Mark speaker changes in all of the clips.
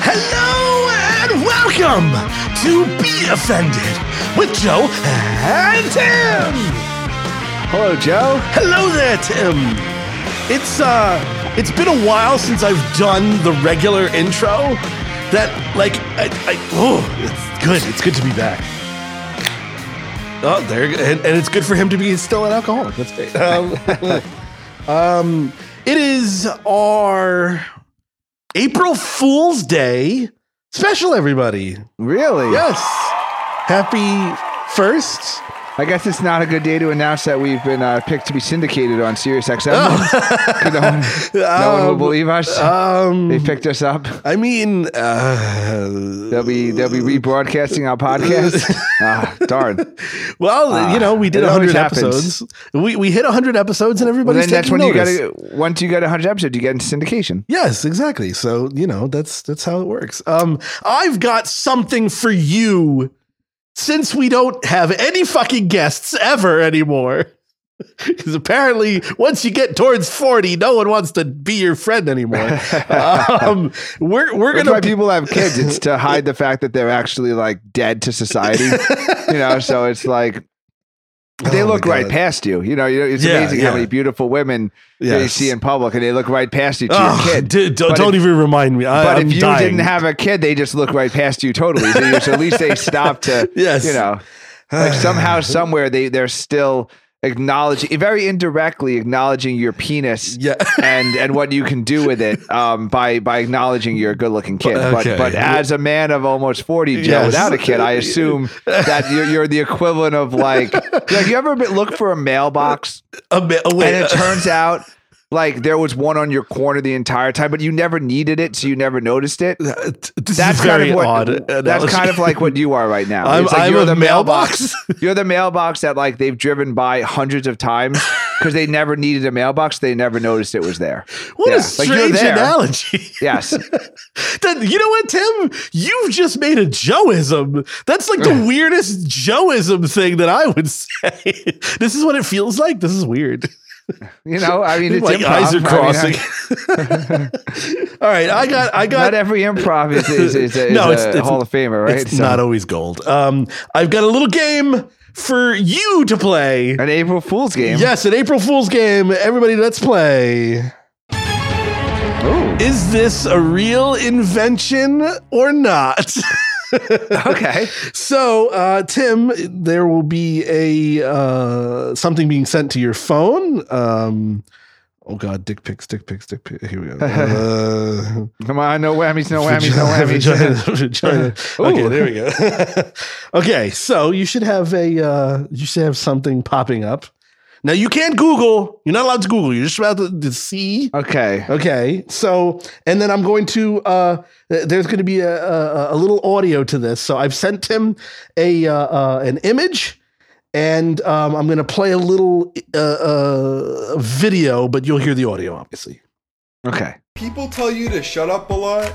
Speaker 1: Hello and welcome to Be Offended with Joe and Tim.
Speaker 2: Hello, Joe.
Speaker 1: Hello there, Tim. It's uh, it's been a while since I've done the regular intro. That like, I, I oh, it's good. It's good to be back. Oh, there, you go. and, and it's good for him to be still an alcoholic. That's great. Um, um, it is our April Fool's Day special, everybody.
Speaker 2: Really?
Speaker 1: Yes. Happy first.
Speaker 2: I guess it's not a good day to announce that we've been uh, picked to be syndicated on SiriusXM. XM. no, one, no one will
Speaker 1: Oh. Um,
Speaker 2: believe us.
Speaker 1: Um,
Speaker 2: they picked us up.
Speaker 1: I mean, uh,
Speaker 2: They'll be they'll be rebroadcasting our podcast. ah, darn.
Speaker 1: well, you know, we did
Speaker 2: it always
Speaker 1: 100
Speaker 2: happens.
Speaker 1: episodes. We, we hit 100 episodes and
Speaker 2: But
Speaker 1: everybody's
Speaker 2: then that's
Speaker 1: taking
Speaker 2: when
Speaker 1: notice.
Speaker 2: you got to once you got hundred episodes, you get into syndication.
Speaker 1: Yes, exactly. So, you know, that's that's how it works. Um, I've got something for you since we don't have any fucking guests ever anymore. Because apparently, once you get towards 40, no one wants to be your friend anymore. um, we're we're
Speaker 2: That's
Speaker 1: going to
Speaker 2: why people have kids. It's to hide the fact that they're actually like dead to society. you know, so it's like they
Speaker 1: Oh, my
Speaker 2: look right
Speaker 1: God.
Speaker 2: past you. You know, you know it's
Speaker 1: Yeah,
Speaker 2: amazing
Speaker 1: yeah.
Speaker 2: how many beautiful women that you
Speaker 1: Yes.
Speaker 2: see in public, and they look right past you to
Speaker 1: Oh,
Speaker 2: your kid.
Speaker 1: dude, don't,
Speaker 2: But
Speaker 1: don't
Speaker 2: if-
Speaker 1: even remind me. I,
Speaker 2: But
Speaker 1: Uh, I'm
Speaker 2: if you
Speaker 1: dying.
Speaker 2: didn't have a kid, they just look right past you totally. So, you, so at least they stop to,
Speaker 1: Yes.
Speaker 2: you know, like somehow, somewhere they they're still acknowledging, very indirectly acknowledging your penis
Speaker 1: Yeah.
Speaker 2: and and what you can do with it um, by by acknowledging you're a good looking kid.
Speaker 1: Okay.
Speaker 2: But but as a man of almost forty, Joe,
Speaker 1: Yes.
Speaker 2: without a kid, I assume that you're, you're the equivalent of like, like you ever been- look for a mailbox
Speaker 1: a bit, oh, wait,
Speaker 2: and it
Speaker 1: uh,
Speaker 2: turns out like there was one on your corner the entire time, but you never needed it, so you never noticed
Speaker 1: Uh,
Speaker 2: it.
Speaker 1: th- this
Speaker 2: That's
Speaker 1: is very
Speaker 2: kind of what.
Speaker 1: odd.
Speaker 2: That's
Speaker 1: analogy.
Speaker 2: kind of like what you are right now.
Speaker 1: I'm-
Speaker 2: It's like
Speaker 1: I'm
Speaker 2: you're
Speaker 1: a
Speaker 2: the
Speaker 1: mailbox?
Speaker 2: you're the mailbox that like they've driven by hundreds of times because they never needed a mailbox. They never noticed it was there.
Speaker 1: what
Speaker 2: Yeah.
Speaker 1: a
Speaker 2: Like, you're
Speaker 1: strange
Speaker 2: there.
Speaker 1: analogy.
Speaker 2: Yes.
Speaker 1: That- you know what, Tim? You've just made a Joeism. That's like the weirdest Joeism thing that I would say. this is what it feels like. This is weird.
Speaker 2: You know, I mean, it's
Speaker 1: like
Speaker 2: improv.
Speaker 1: eyes
Speaker 2: I
Speaker 1: are
Speaker 2: mean,
Speaker 1: crossing.
Speaker 2: I-
Speaker 1: All right, I got, I got
Speaker 2: not every improv is, is, is, a, is
Speaker 1: No,
Speaker 2: a
Speaker 1: it's- it's-
Speaker 2: Hall of Famer, right?
Speaker 1: It's
Speaker 2: So,
Speaker 1: not always gold. Um, I've got a little game for you to play.
Speaker 2: an April Fool's game.
Speaker 1: Yes, an April Fool's game. Everybody, let's play.
Speaker 2: Ooh,
Speaker 1: Is this a real invention or not?
Speaker 2: okay.
Speaker 1: so, uh, Tim, there will be a uh, something being sent to your phone. Um, oh God, dick pics, dick pics, dick pics. Here we go. Uh,
Speaker 2: Come on, no whammies, no whammies, no
Speaker 1: Vagina, vagina,
Speaker 2: whammies.
Speaker 1: vagina.
Speaker 2: Ooh.
Speaker 1: Okay, there we go. okay, so you should have a uh, you should have something popping up. Now you can't Google. You're not allowed to Google. You're just about to, to see.
Speaker 2: okay.
Speaker 1: Okay, so and then I'm going to uh, th- there's going to be a, a, a little audio to this. So I've sent him a uh, uh, an image, and um, I'm going to play a little uh, uh, video, but you'll hear the audio obviously.
Speaker 2: Okay.
Speaker 3: People tell you to shut up a lot.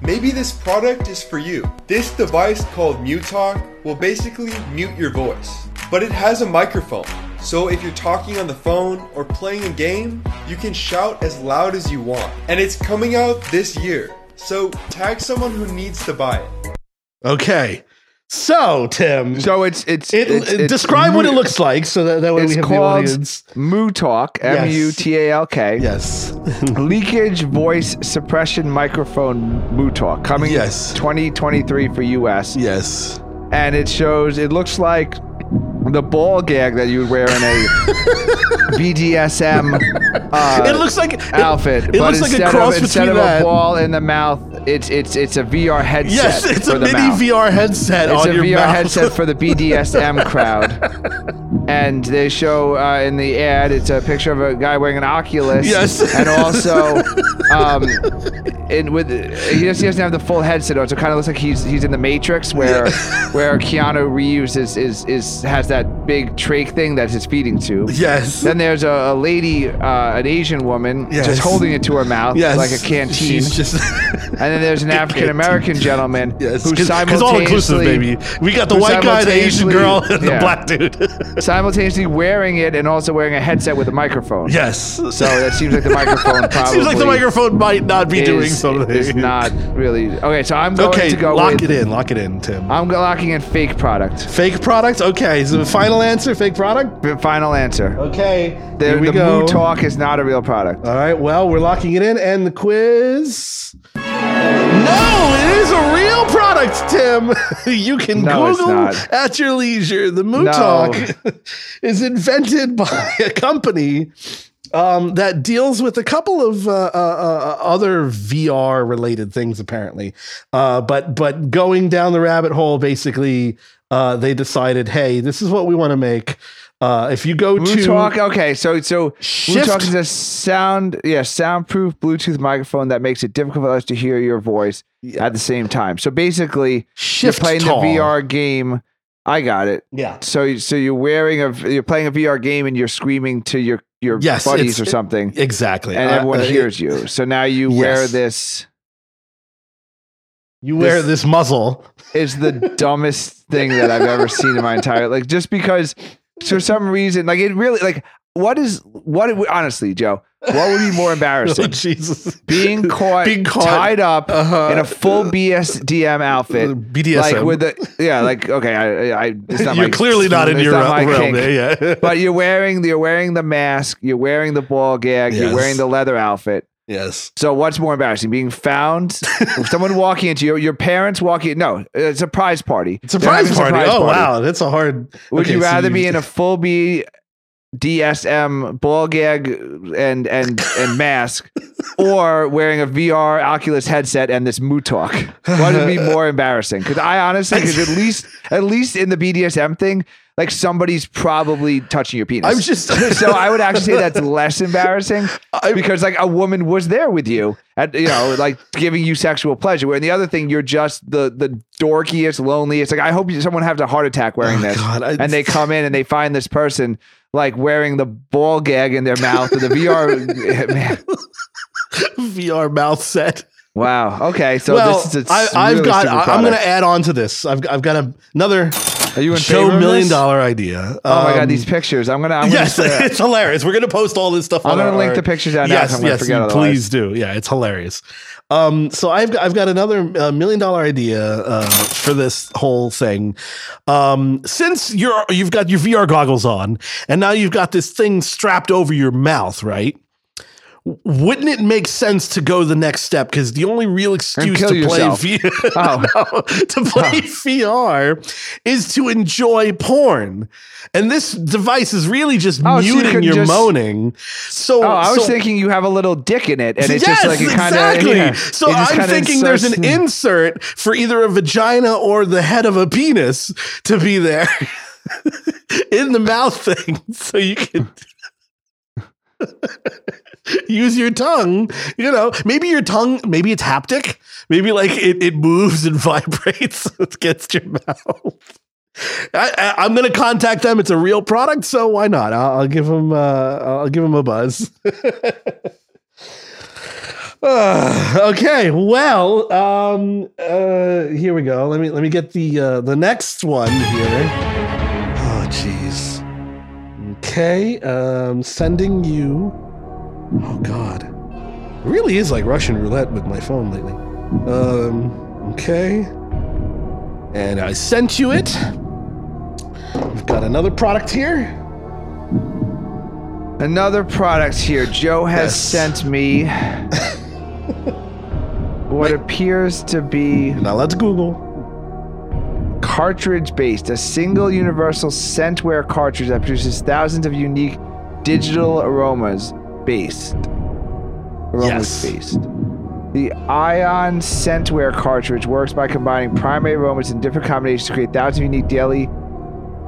Speaker 3: Maybe this product is for you. This device called MuteTalk will basically mute your voice, but it has a microphone. So if you're talking on the phone or playing a game, you can shout as loud as you want. And it's coming out this year. So tag someone who needs to buy it.
Speaker 1: Okay, so Tim.
Speaker 2: So it's it's,
Speaker 1: It,
Speaker 2: it's,
Speaker 1: it-
Speaker 2: it's
Speaker 1: describe what it
Speaker 2: mu-
Speaker 1: looks like so that, that way we
Speaker 2: It's
Speaker 1: have the
Speaker 2: called
Speaker 1: audience.
Speaker 2: Moo Talk. M U T A L K.
Speaker 1: Yes.
Speaker 2: Leakage voice suppression microphone Moo Talk coming
Speaker 1: Yes.
Speaker 2: 2023 for US.
Speaker 1: yes.
Speaker 2: and it shows it looks like the ball gag that you would wear in a BDSM uh,
Speaker 1: It looks like it-
Speaker 2: outfit.
Speaker 1: It,
Speaker 2: but
Speaker 1: looks like a
Speaker 2: instead
Speaker 1: cross
Speaker 2: of, instead
Speaker 1: between
Speaker 2: of
Speaker 1: that.
Speaker 2: a ball in the mouth, it's it's it's a VR headset.
Speaker 1: yes, it's
Speaker 2: for
Speaker 1: a
Speaker 2: the
Speaker 1: mini
Speaker 2: mouth.
Speaker 1: VR headset
Speaker 2: It's
Speaker 1: on
Speaker 2: a
Speaker 1: your
Speaker 2: VR
Speaker 1: mouth.
Speaker 2: headset for the BDSM crowd. And they show uh, in the ad, it's a picture of a guy wearing an Oculus.
Speaker 1: Yes.
Speaker 2: And also, um, and with he, just, he doesn't have the full headset on, so it kind of looks like he's he's in the Matrix where where Keanu Reeves is is is has that big trach thing that he's feeding to.
Speaker 1: Yes.
Speaker 2: Then Then there's a, a lady, uh, an Asian woman,
Speaker 1: Yes.
Speaker 2: just holding it to her mouth
Speaker 1: Yes.
Speaker 2: like a canteen.
Speaker 1: She's just.
Speaker 2: and then there's an African American gentleman
Speaker 1: Yes,
Speaker 2: who
Speaker 1: because all inclusive,
Speaker 2: simultaneously
Speaker 1: baby. We got the
Speaker 2: who
Speaker 1: white guy, the Asian
Speaker 2: simultaneously-
Speaker 1: girl, and the
Speaker 2: yeah.
Speaker 1: black dude.
Speaker 2: simultaneously wearing it and also wearing a headset with a microphone.
Speaker 1: yes. So
Speaker 2: So that seems like the microphone probably
Speaker 1: seems like the microphone might not be
Speaker 2: is,
Speaker 1: doing something.
Speaker 2: is not really okay. So I'm going
Speaker 1: okay,
Speaker 2: to go
Speaker 1: lock it
Speaker 2: with,
Speaker 1: in. Lock it in, Tim.
Speaker 2: I'm go- locking in fake product.
Speaker 1: fake product. Okay, so final answer. Fake product.
Speaker 2: F- Final answer.
Speaker 1: Okay,
Speaker 2: The,
Speaker 1: here we
Speaker 2: the
Speaker 1: go. Uh,
Speaker 2: Moo Talk is not a real product.
Speaker 1: All right. Well, we're locking it in, and the quiz. No, it is a real product, Tim. you can
Speaker 2: No, it's
Speaker 1: Google
Speaker 2: not.
Speaker 1: at your leisure. The Moo
Speaker 2: No.
Speaker 1: Talk is invented by a company um, that deals with a couple of uh, uh, uh, other VR related things, apparently. Uh, but but going down the rabbit hole, basically, uh, they decided, hey, this is what we want to make. Uh, if you go
Speaker 2: Moo
Speaker 1: to
Speaker 2: Talk. Okay, so so Moo
Speaker 1: Shift-
Speaker 2: Talk is a sound, yeah, soundproof Bluetooth microphone that makes it difficult for us to hear your voice at the same time. So basically,
Speaker 1: Shift
Speaker 2: you're playing
Speaker 1: Tall.
Speaker 2: the VR game. I got it.
Speaker 1: yeah.
Speaker 2: So so you're wearing a you're playing a VR game and you're screaming to your your
Speaker 1: Yes,
Speaker 2: buddies
Speaker 1: it's-
Speaker 2: or something,
Speaker 1: Exactly.
Speaker 2: and
Speaker 1: Uh,
Speaker 2: everyone
Speaker 1: uh,
Speaker 2: hears you. So now you wear
Speaker 1: Yes.
Speaker 2: this.
Speaker 1: You wear
Speaker 2: This-
Speaker 1: this muzzle.
Speaker 2: Is the dumbest thing that I've ever seen in my entire like just because for some reason like it really like what is what it, honestly Joe what would be more
Speaker 1: Oh,
Speaker 2: embarrassing
Speaker 1: Jesus.
Speaker 2: being caught,
Speaker 1: Being caught.
Speaker 2: tied up
Speaker 1: Uh-huh.
Speaker 2: in a full BSDM outfit
Speaker 1: BDSM.
Speaker 2: like with the yeah like okay I, I it's not
Speaker 1: You're
Speaker 2: my-
Speaker 1: clearly not in
Speaker 2: it's
Speaker 1: your
Speaker 2: not my
Speaker 1: realm. eh?
Speaker 2: kink.
Speaker 1: there, Yeah.
Speaker 2: but you're wearing you're wearing the mask, you're wearing the ball gag, you're
Speaker 1: Yes.
Speaker 2: wearing the leather outfit.
Speaker 1: yes.
Speaker 2: So what's more embarrassing, being found, someone walking into you, your parents walking? No, a surprise party. They're
Speaker 1: Surprise
Speaker 2: having a
Speaker 1: party.
Speaker 2: surprise
Speaker 1: oh, wow. That's a hard.
Speaker 2: Would
Speaker 1: Okay,
Speaker 2: you
Speaker 1: so
Speaker 2: rather be in a full B DSM ball gag and and and mask, or wearing a VR Oculus headset and this Moo Talk? What would be more embarrassing? Because I honestly, because at least at least in the BDSM thing, like somebody's probably touching your penis.
Speaker 1: I'm just.
Speaker 2: so I would actually say that's less embarrassing
Speaker 1: I-
Speaker 2: because like a woman was there with you at you know like giving you sexual pleasure. Where the other thing you're just the the dorkiest, loneliest. Like I hope you, someone has a heart attack wearing
Speaker 1: Oh,
Speaker 2: this,
Speaker 1: God, I-
Speaker 2: and they come in and they find this person like wearing the ball gag in their mouth with the VR. man.
Speaker 1: VR mouth set.
Speaker 2: Wow. Okay. So
Speaker 1: well,
Speaker 2: Oh, this is a
Speaker 1: I, I've
Speaker 2: really
Speaker 1: got.
Speaker 2: stupid
Speaker 1: I, am going
Speaker 2: product.
Speaker 1: to add on to this. I've, I've got a, another
Speaker 2: Are you in
Speaker 1: show
Speaker 2: favor of
Speaker 1: million
Speaker 2: this?
Speaker 1: dollar idea.
Speaker 2: Oh my
Speaker 1: Um,
Speaker 2: god, these pictures! I'm gonna. I'm
Speaker 1: Yes,
Speaker 2: Gonna,
Speaker 1: it's hilarious. We're gonna post all this stuff.
Speaker 2: I'm
Speaker 1: on
Speaker 2: gonna
Speaker 1: our-
Speaker 2: link the pictures out now 'cause I'm gonna forget
Speaker 1: you
Speaker 2: otherwise.
Speaker 1: please do. Yeah, it's hilarious. Um, so I've got, I've got another uh, million dollar idea uh, for this whole thing. Um, since you're you've got your VR goggles on, and now you've got this thing strapped over your mouth, right? W- Wouldn't it make sense to go the next step? Because the only real excuse to
Speaker 2: kill
Speaker 1: play
Speaker 2: yourself.
Speaker 1: V-
Speaker 2: Oh.
Speaker 1: no, to play VR is to enjoy porn, and this device is really just
Speaker 2: Oh, so you
Speaker 1: muting
Speaker 2: can
Speaker 1: your
Speaker 2: just-
Speaker 1: moaning. So
Speaker 2: Oh, I was
Speaker 1: so-
Speaker 2: thinking you have a little dick in it, and it's just like it kind of
Speaker 1: exactly. so I'm thinking there's an insert for either a vagina or the head of a penis to be there in the mouth thing, so you can use your tongue. You know, maybe your tongue, maybe it's haptic, maybe like it, it moves and vibrates against your mouth. I, I, I'm going to contact them. It's a real product, so why not? I'll, I'll give them. Uh, I'll give them a buzz. Uh, okay, well, um, uh, here we go. Let me let me get the uh, the next one here. Oh, jeez. Okay, um, sending you. Oh God, it really is like Russian roulette with my phone lately. Um, okay, and I sent you it. We've got another product here.
Speaker 2: Another product here. Joe has
Speaker 1: Yes.
Speaker 2: sent me what appears to be
Speaker 1: Now let's Google.
Speaker 2: cartridge based, a single universal scentware cartridge that produces thousands of unique digital aromas based. Aromas
Speaker 1: Yes.
Speaker 2: based. The Ion Scentware cartridge works by combining primary aromas in different combinations to create thousands of unique daily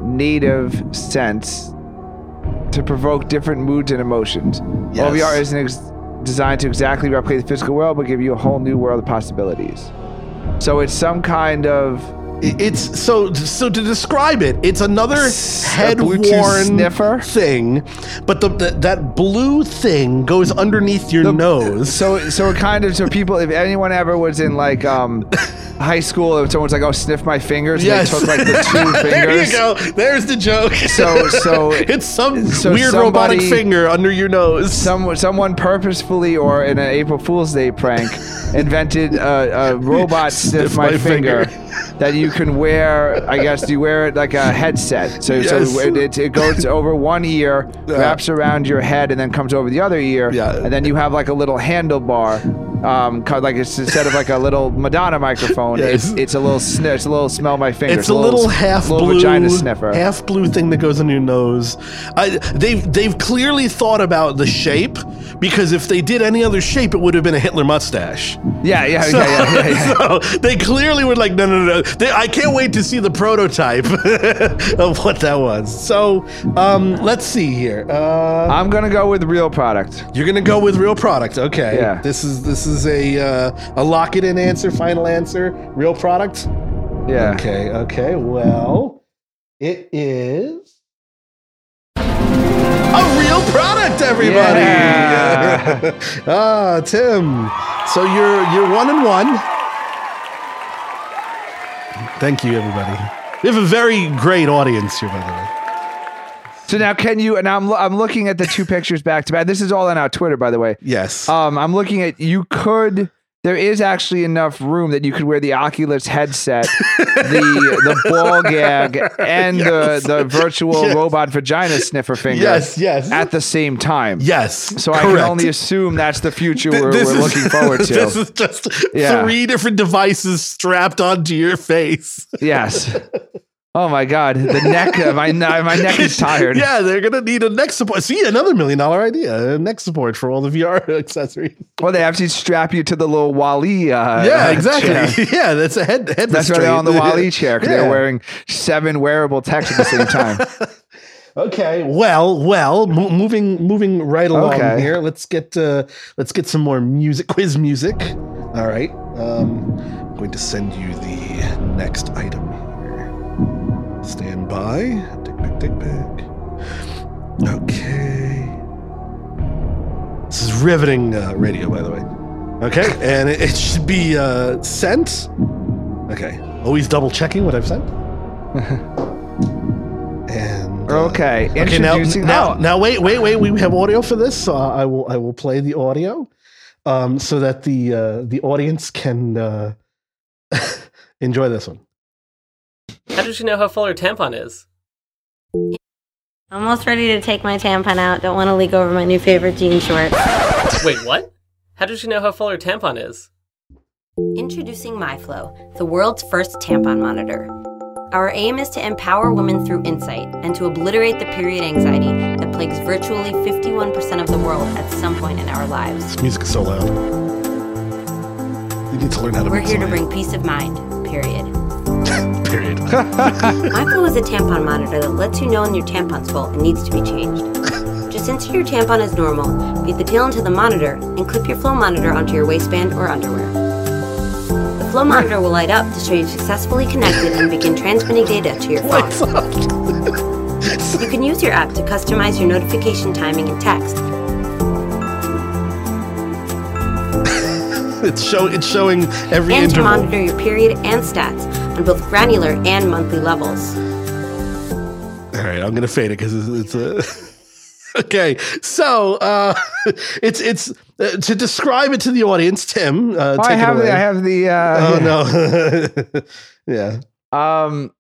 Speaker 2: native scents to provoke different moods and emotions.
Speaker 1: Yes.
Speaker 2: OVR isn't ex- designed to exactly replicate the physical world, but give you a whole new world of possibilities. So it's some kind of
Speaker 1: I- It's so so to describe it. It's another head
Speaker 2: Bluetooth
Speaker 1: worn
Speaker 2: sniffer?
Speaker 1: thing, but the, the that blue thing goes underneath your nose.
Speaker 2: So so it kind of so people if anyone ever was in like um high school if someone's like oh sniff my fingers
Speaker 1: Yes.
Speaker 2: and they took like the two fingers
Speaker 1: there you go. There's the joke.
Speaker 2: so so
Speaker 1: it's some
Speaker 2: so
Speaker 1: weird robotic
Speaker 2: somebody-
Speaker 1: finger under your nose.
Speaker 2: some someone purposefully or in an April Fool's Day prank invented a, a robot sniff, my, finger, that you can wear. I guess you wear it like a headset, so
Speaker 1: Yes.
Speaker 2: so it, it, it goes over one ear, wraps around your head, and then comes over the other ear,
Speaker 1: Yeah.
Speaker 2: and then you have like a little handlebar. Um, cut- like it's instead of like a little Madonna microphone,
Speaker 1: Yes.
Speaker 2: it's, it's a little sniff, it's a little smell my finger.
Speaker 1: It's a little, half
Speaker 2: little
Speaker 1: blue
Speaker 2: vagina sniffer.
Speaker 1: half blue thing that goes on your nose. I, they've they've clearly thought about the shape because if they did any other shape, it would have been a Hitler mustache.
Speaker 2: yeah, yeah, yeah, yeah, yeah, yeah.
Speaker 1: so they clearly were like, no, no, no. They, I can't wait to see the prototype of what that was. So um, let's see here. Uh,
Speaker 2: I'm gonna go with real product.
Speaker 1: you're gonna go with real product, okay?
Speaker 2: Yeah.
Speaker 1: This is this is a uh, a lock it in answer, final answer, real product.
Speaker 2: Yeah.
Speaker 1: Okay, okay. Well, it is a real product, everybody.
Speaker 2: Yeah.
Speaker 1: ah, Tim. So you're you're one and one. Thank you, everybody. We have a very great audience here, by the way.
Speaker 2: So now, can you? And I'm I'm looking at the two pictures back to back. This is all on our Twitter, by the way.
Speaker 1: Yes.
Speaker 2: Um, I'm looking at you could. There is actually enough room that you could wear the Oculus headset, the the ball gag, and
Speaker 1: Yes.
Speaker 2: the the virtual
Speaker 1: Yes.
Speaker 2: robot vagina sniffer finger.
Speaker 1: Yes, yes.
Speaker 2: At the same time.
Speaker 1: yes.
Speaker 2: So I
Speaker 1: correct.
Speaker 2: can only assume that's the future we're,
Speaker 1: This
Speaker 2: we're
Speaker 1: is-
Speaker 2: looking forward to.
Speaker 1: This is just
Speaker 2: Yeah.
Speaker 1: three different devices strapped onto your face.
Speaker 2: yes. Oh my God, the neck. My my neck is tired.
Speaker 1: Yeah, they're gonna need a neck support. See, another million dollar idea. A neck support for all the VR accessories.
Speaker 2: Well, they actually strap you to the little Wally. Uh,
Speaker 1: yeah,
Speaker 2: uh,
Speaker 1: exactly.
Speaker 2: chair.
Speaker 1: Yeah. that's a head. head
Speaker 2: That's why they're on the Wally chair because
Speaker 1: Yeah.
Speaker 2: they're wearing seven wearable techs at the same time.
Speaker 1: Okay. Well, well, mo- moving moving right along
Speaker 2: Okay.
Speaker 1: here. Let's get uh, let's get some more music, quiz music. All right. Um, I'm going to send you the next item here. Stand by. Tick pick tick pick. Okay. This is riveting uh, radio, by the way. Okay, and it, it should be uh, sent. Okay. Always double checking what I've sent. and uh,
Speaker 2: Okay,
Speaker 1: Okay, now,
Speaker 2: introducing
Speaker 1: now,
Speaker 2: now.
Speaker 1: now, wait, wait, wait. We have audio for this, so I will, I will play the audio, um, so that the uh, the audience can uh, enjoy this one.
Speaker 4: How does she know how full her tampon is?
Speaker 5: Almost ready to take my tampon out. Don't want to leak over my new favorite jean shorts.
Speaker 4: Wait, what? How does she know how full her tampon is?
Speaker 5: Introducing MyFlow, the world's first tampon monitor. Our aim is to empower women through insight and to obliterate the period anxiety that plagues virtually 51% of the world at some point in our lives.
Speaker 1: This music is so loud. You need to learn how to.
Speaker 5: We're
Speaker 1: make
Speaker 5: here to
Speaker 1: some
Speaker 5: bring peace of mind, period.
Speaker 1: Period.
Speaker 5: MyFlow is a tampon monitor that lets you know when your tampon's full and needs to be changed. Just insert your tampon as normal, feed the tail into the monitor, and clip your flow monitor onto your waistband or underwear. The flow monitor will light up to show you've successfully connected and begin transmitting data to your phone. You can use your app to customize your notification timing and text,
Speaker 1: it's show. It's showing every
Speaker 5: and to
Speaker 1: interval.
Speaker 5: monitor your period and stats on both granular and monthly levels.
Speaker 1: All right, I'm gonna fade it because it's, uh, it's a. okay, so uh, it's it's uh, to describe it to the audience. Tim, uh,
Speaker 2: Oh,
Speaker 1: take
Speaker 2: I have
Speaker 1: it away.
Speaker 2: the. I have the.
Speaker 1: oh no.
Speaker 2: Uh,
Speaker 1: yeah.
Speaker 2: Um,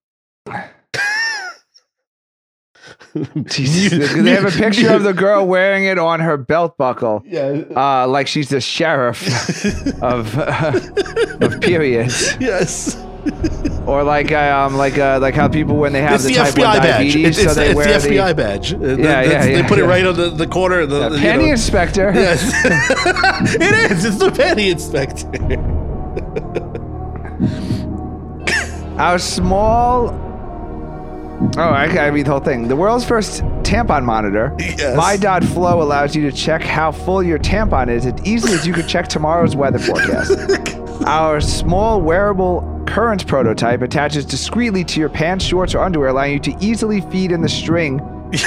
Speaker 1: Jesus.
Speaker 2: they have a picture of the girl wearing it on her belt buckle,
Speaker 1: Yeah.
Speaker 2: uh, like she's the sheriff of of periods,
Speaker 1: Yes.
Speaker 2: or like um, like uh, like how people when they have
Speaker 1: It's the,
Speaker 2: the, type
Speaker 1: FBI
Speaker 2: one
Speaker 1: badge.
Speaker 2: diabetes,
Speaker 1: It's, it's,
Speaker 2: so they
Speaker 1: it's
Speaker 2: wear
Speaker 1: the FBI badge. Uh, th-
Speaker 2: Yeah,
Speaker 1: that's-
Speaker 2: yeah,
Speaker 1: They
Speaker 2: yeah,
Speaker 1: put it
Speaker 2: yeah.
Speaker 1: right on the, the corner. of The,
Speaker 2: the
Speaker 1: the, you
Speaker 2: penny
Speaker 1: know.
Speaker 2: inspector.
Speaker 1: Yes. it is. It's the penny inspector.
Speaker 2: Our small Oh, I gotta read the whole thing. The world's first tampon monitor.
Speaker 1: Yes.
Speaker 2: My Dot Flow allows you to check how full your tampon is as easily as you could check tomorrow's weather forecast. Our small wearable current prototype attaches discreetly to your pants, shorts, or underwear, allowing you to easily feed in the string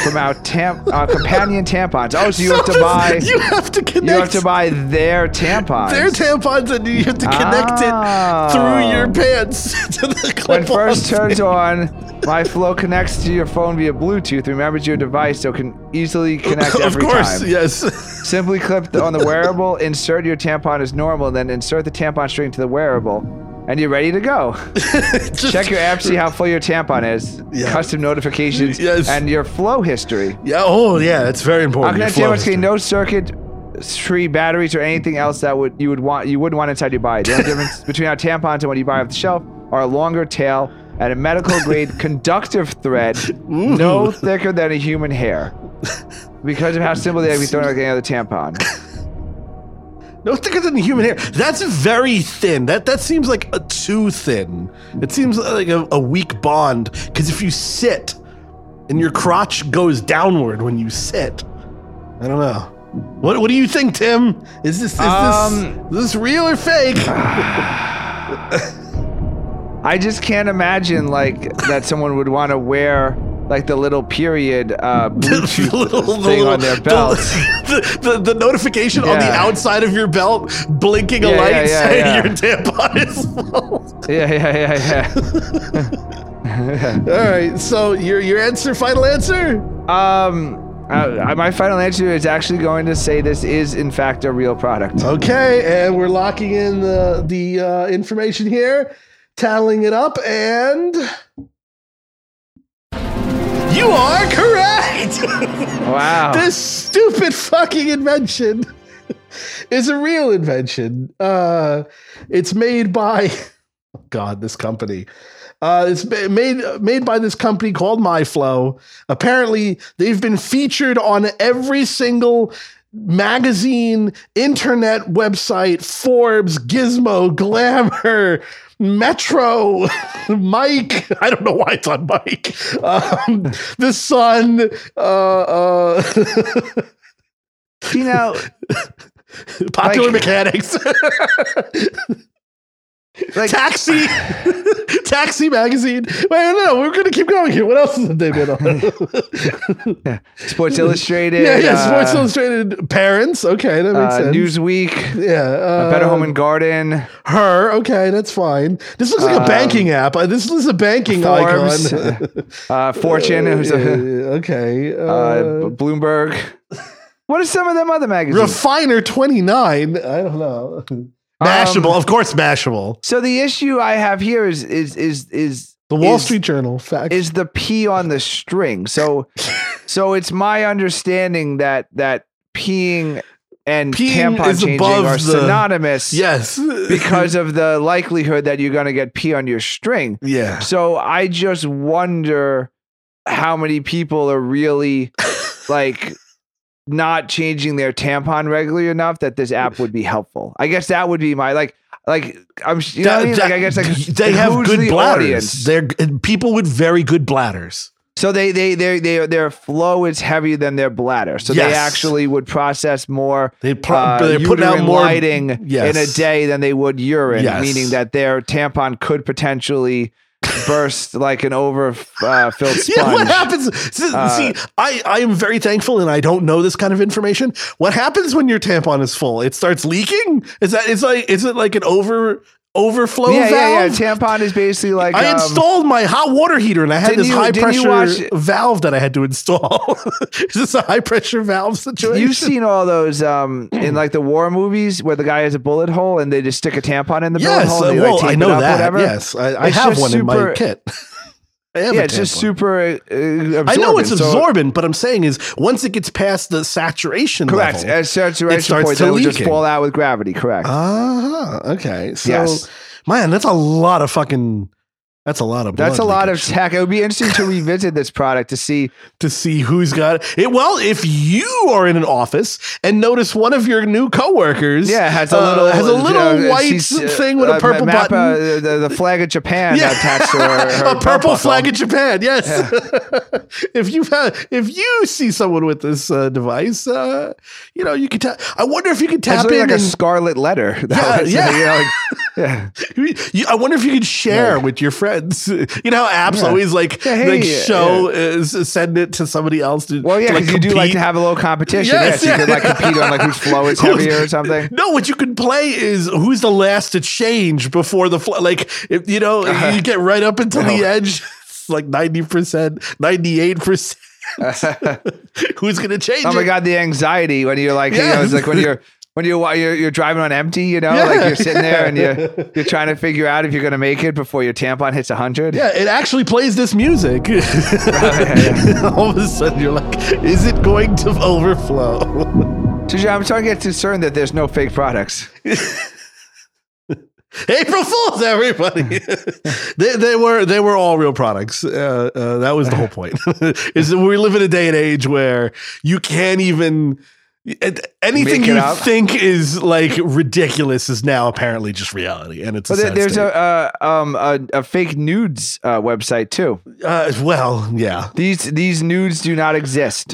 Speaker 2: from our tam- our companion tampons. Oh, so you have to
Speaker 1: does-
Speaker 2: buy
Speaker 1: You have to connect.
Speaker 2: you have to buy their tampons.
Speaker 1: their tampons, and you have to connect it
Speaker 2: Oh.
Speaker 1: through your pants to the
Speaker 2: When
Speaker 1: clip
Speaker 2: first turned on, my flow connects to your phone via Bluetooth, remembers your device so it can easily connect
Speaker 1: Of
Speaker 2: every
Speaker 1: course,
Speaker 2: time.
Speaker 1: yes.
Speaker 2: Simply clip the, on the wearable, insert your tampon as normal, then insert the tampon string to the wearable, and you're ready to go.
Speaker 1: Just-
Speaker 2: Check your app, see how full your tampon is,
Speaker 1: Yeah.
Speaker 2: custom notifications,
Speaker 1: Yes.
Speaker 2: and your flow history.
Speaker 1: Yeah. Oh, yeah. That's very
Speaker 2: I'll
Speaker 1: important.
Speaker 2: connect
Speaker 1: Your
Speaker 2: to
Speaker 1: flow
Speaker 2: MSK,
Speaker 1: history.
Speaker 2: no circuit, tree batteries, or anything else that would you would want you would want inside your body. The only difference between our tampons and what you buy off the shelf are a longer tail and a medical grade conductive thread, no thicker than a human hair. Because of how simple they are, we don't like any other tampon.
Speaker 1: No thicker than human hair. That's very thin. That that seems like a too thin. It seems like a, a weak bond. Because if you sit, and your crotch goes downward when you sit, I don't know. What what do you think, Tim? Is this is
Speaker 2: Um,
Speaker 1: this is this real or fake?
Speaker 2: I just can't imagine like that someone would want to wear like the little period uh, Bluetooth thing on their belt.
Speaker 1: The, the, the notification on the
Speaker 2: Yeah.
Speaker 1: outside of your belt blinking a
Speaker 2: Yeah,
Speaker 1: light
Speaker 2: yeah, yeah,
Speaker 1: saying
Speaker 2: yeah.
Speaker 1: your tampon is full.
Speaker 2: yeah, yeah, yeah, yeah.
Speaker 1: All right, so your your answer, final answer.
Speaker 2: Um, uh, my final answer is actually going to say this is in fact a real product.
Speaker 1: Okay, and we're locking in the the uh, information here, tallying it up, and you are correct.
Speaker 2: Wow.
Speaker 1: this stupid fucking invention is a real invention. Uh, it's made by oh God, this company. Uh, it's ma- made made by this company called MyFlow. Apparently, they've been featured on every single magazine, internet website, Forbes, Gizmo, Glamour, Metro, Mike. I don't know why it's on Mike. Um, the Sun. Uh, uh,
Speaker 2: you know,
Speaker 1: popular
Speaker 2: Like-
Speaker 1: mechanics.
Speaker 2: like
Speaker 1: Taxi, Taxi magazine. Wait, no, no, we're gonna keep going here. What else have they been on?
Speaker 2: Sports Illustrated.
Speaker 1: yeah, yeah. Sports
Speaker 2: uh,
Speaker 1: Illustrated parents. Okay, that makes
Speaker 2: uh,
Speaker 1: sense.
Speaker 2: Newsweek.
Speaker 1: yeah, uh,
Speaker 2: Better Home and Garden. uh,
Speaker 1: her. Okay, that's fine. This looks like a
Speaker 2: Um,
Speaker 1: banking app. Uh, This is a banking
Speaker 2: Forbes.
Speaker 1: icon.
Speaker 2: Uh, Fortune.
Speaker 1: Yeah,
Speaker 2: who's a,
Speaker 1: okay. Uh,
Speaker 2: uh, B- Bloomberg. What are some of them other magazines?
Speaker 1: Refiner twenty nine. I don't know.
Speaker 2: Um,
Speaker 1: Mashable, of course, Mashable.
Speaker 2: so the issue I have here is is is is
Speaker 1: The Wall
Speaker 2: is-
Speaker 1: Street Journal. Fact.
Speaker 2: is the pee on the string. So, so it's my understanding that that peeing and
Speaker 1: Peeing
Speaker 2: tampon
Speaker 1: is
Speaker 2: changing
Speaker 1: above
Speaker 2: are
Speaker 1: the-
Speaker 2: synonymous.
Speaker 1: yes.
Speaker 2: Because of the likelihood that you're going to get pee on your string.
Speaker 1: yeah.
Speaker 2: So I just wonder how many people are really like not changing their tampon regularly enough that this app would be helpful. I guess that would be my like like I'm you know what I mean?
Speaker 1: That-
Speaker 2: like I guess like
Speaker 1: they have
Speaker 2: who's
Speaker 1: good
Speaker 2: the
Speaker 1: bladders.
Speaker 2: audience?
Speaker 1: They're and people with very good bladders.
Speaker 2: So they they they they their flow is heavier than their bladder. So they
Speaker 1: Yes.
Speaker 2: actually would process more
Speaker 1: They pro-
Speaker 2: uh,
Speaker 1: they're putting out
Speaker 2: uterine
Speaker 1: more
Speaker 2: lighting
Speaker 1: Yes.
Speaker 2: in a day than they would urine,
Speaker 1: Yes.
Speaker 2: meaning that their tampon could potentially burst like an over uh, filled sponge.
Speaker 1: Yeah, what happens? s-
Speaker 2: Uh,
Speaker 1: see, I, I am very thankful, and I don't know this kind of information. What happens when your tampon is full? It starts leaking. Is that? It's like is it like an over overflow
Speaker 2: yeah, yeah, yeah.
Speaker 1: valve?
Speaker 2: Tampon is basically like
Speaker 1: I
Speaker 2: um,
Speaker 1: installed my hot water heater, and I had
Speaker 2: didn't
Speaker 1: this
Speaker 2: you-
Speaker 1: high
Speaker 2: didn't you
Speaker 1: pressure
Speaker 2: watch-
Speaker 1: valve that I had to install. is this a high pressure valve situation?
Speaker 2: You've seen all those um, in like the war movies where the guy has a bullet hole and they just stick a tampon in the bullet
Speaker 1: yes,
Speaker 2: hole.
Speaker 1: uh,
Speaker 2: And they,
Speaker 1: well,
Speaker 2: like, tape
Speaker 1: I
Speaker 2: it
Speaker 1: know
Speaker 2: up,
Speaker 1: that.
Speaker 2: Whatever.
Speaker 1: Yes, I, I
Speaker 2: It's
Speaker 1: have
Speaker 2: just
Speaker 1: one in my
Speaker 2: super-
Speaker 1: kit. I have
Speaker 2: Yeah,
Speaker 1: a
Speaker 2: it's just
Speaker 1: tampon.
Speaker 2: super. Uh, absorbent.
Speaker 1: I know it's
Speaker 2: So-
Speaker 1: absorbent, but I'm saying is once it gets past the saturation
Speaker 2: Correct.
Speaker 1: level.
Speaker 2: At saturation
Speaker 1: it starts
Speaker 2: point,
Speaker 1: to
Speaker 2: they would just
Speaker 1: leaking. Oh,
Speaker 2: fall out with gravity. Correct.
Speaker 1: Ah, Uh-huh. okay. So,
Speaker 2: Yes.
Speaker 1: man, that's a lot of fucking That's a lot of.
Speaker 2: That's a
Speaker 1: blood
Speaker 2: lot
Speaker 1: leakage.
Speaker 2: of tech. It would be interesting to revisit this product to see.
Speaker 1: to see who's got it. Well, if you are in an office and notice one of your new coworkers,
Speaker 2: Yeah, it has a
Speaker 1: uh,
Speaker 2: little
Speaker 1: has a
Speaker 2: uh,
Speaker 1: little
Speaker 2: uh,
Speaker 1: white
Speaker 2: she's, uh,
Speaker 1: thing with
Speaker 2: uh,
Speaker 1: a purple
Speaker 2: Mappa,
Speaker 1: button.
Speaker 2: uh, the, the flag of Japan
Speaker 1: Yeah.
Speaker 2: attached to her, her
Speaker 1: a purple
Speaker 2: belt
Speaker 1: flag
Speaker 2: buckle.
Speaker 1: of Japan, yes. if you have, if you see someone with this uh, device, uh, you know you could. Ta- I wonder if you could
Speaker 2: It's
Speaker 1: tap
Speaker 2: really
Speaker 1: in.
Speaker 2: like a
Speaker 1: and-
Speaker 2: scarlet letter.
Speaker 1: Yeah,
Speaker 2: That was,
Speaker 1: yeah.
Speaker 2: you know, like- yeah.
Speaker 1: You- I wonder if you could share with your friends. You know how apps
Speaker 2: Yeah.
Speaker 1: always like
Speaker 2: Yeah, hey,
Speaker 1: like
Speaker 2: yeah,
Speaker 1: show uh, s- send it to somebody else to.
Speaker 2: Well, yeah,
Speaker 1: to,
Speaker 2: because you do like to
Speaker 1: compete.
Speaker 2: have a little competition.
Speaker 1: Yes,
Speaker 2: Yes, you
Speaker 1: yeah.
Speaker 2: could like compete on like whose flow is
Speaker 1: Who's-
Speaker 2: heavier or something.
Speaker 1: No, what you can play is who's the last to change before the fl- like if, you know you get right up until the
Speaker 2: Uh-huh. No.
Speaker 1: edge, it's like ninety percent, ninety eight percent. Who's gonna change?
Speaker 2: Oh my
Speaker 1: it?
Speaker 2: god, the anxiety when you're like, you know, it's like when you're when you're you're, you're driving on empty, you know,
Speaker 1: Yeah.
Speaker 2: like you're sitting there and you're you're trying to figure out if you're gonna make it before your tampon hits hundred.
Speaker 1: Yeah, it actually plays this music. All of a sudden, you're like, is it going to overflow?
Speaker 2: I'm starting to get concerned that there's no fake products.
Speaker 1: April Fools, everybody. they, they were they were all real products. Uh, uh, that was the whole point. is that we live in a day and age where you can't even it- anything
Speaker 2: Make it
Speaker 1: you
Speaker 2: up.
Speaker 1: think is like ridiculous is now apparently just reality, and it's
Speaker 2: But
Speaker 1: a
Speaker 2: there,
Speaker 1: sad
Speaker 2: there's
Speaker 1: state.
Speaker 2: a, uh, um, a a fake nudes uh, website too.
Speaker 1: uh, well, yeah.
Speaker 2: These these nudes do not exist.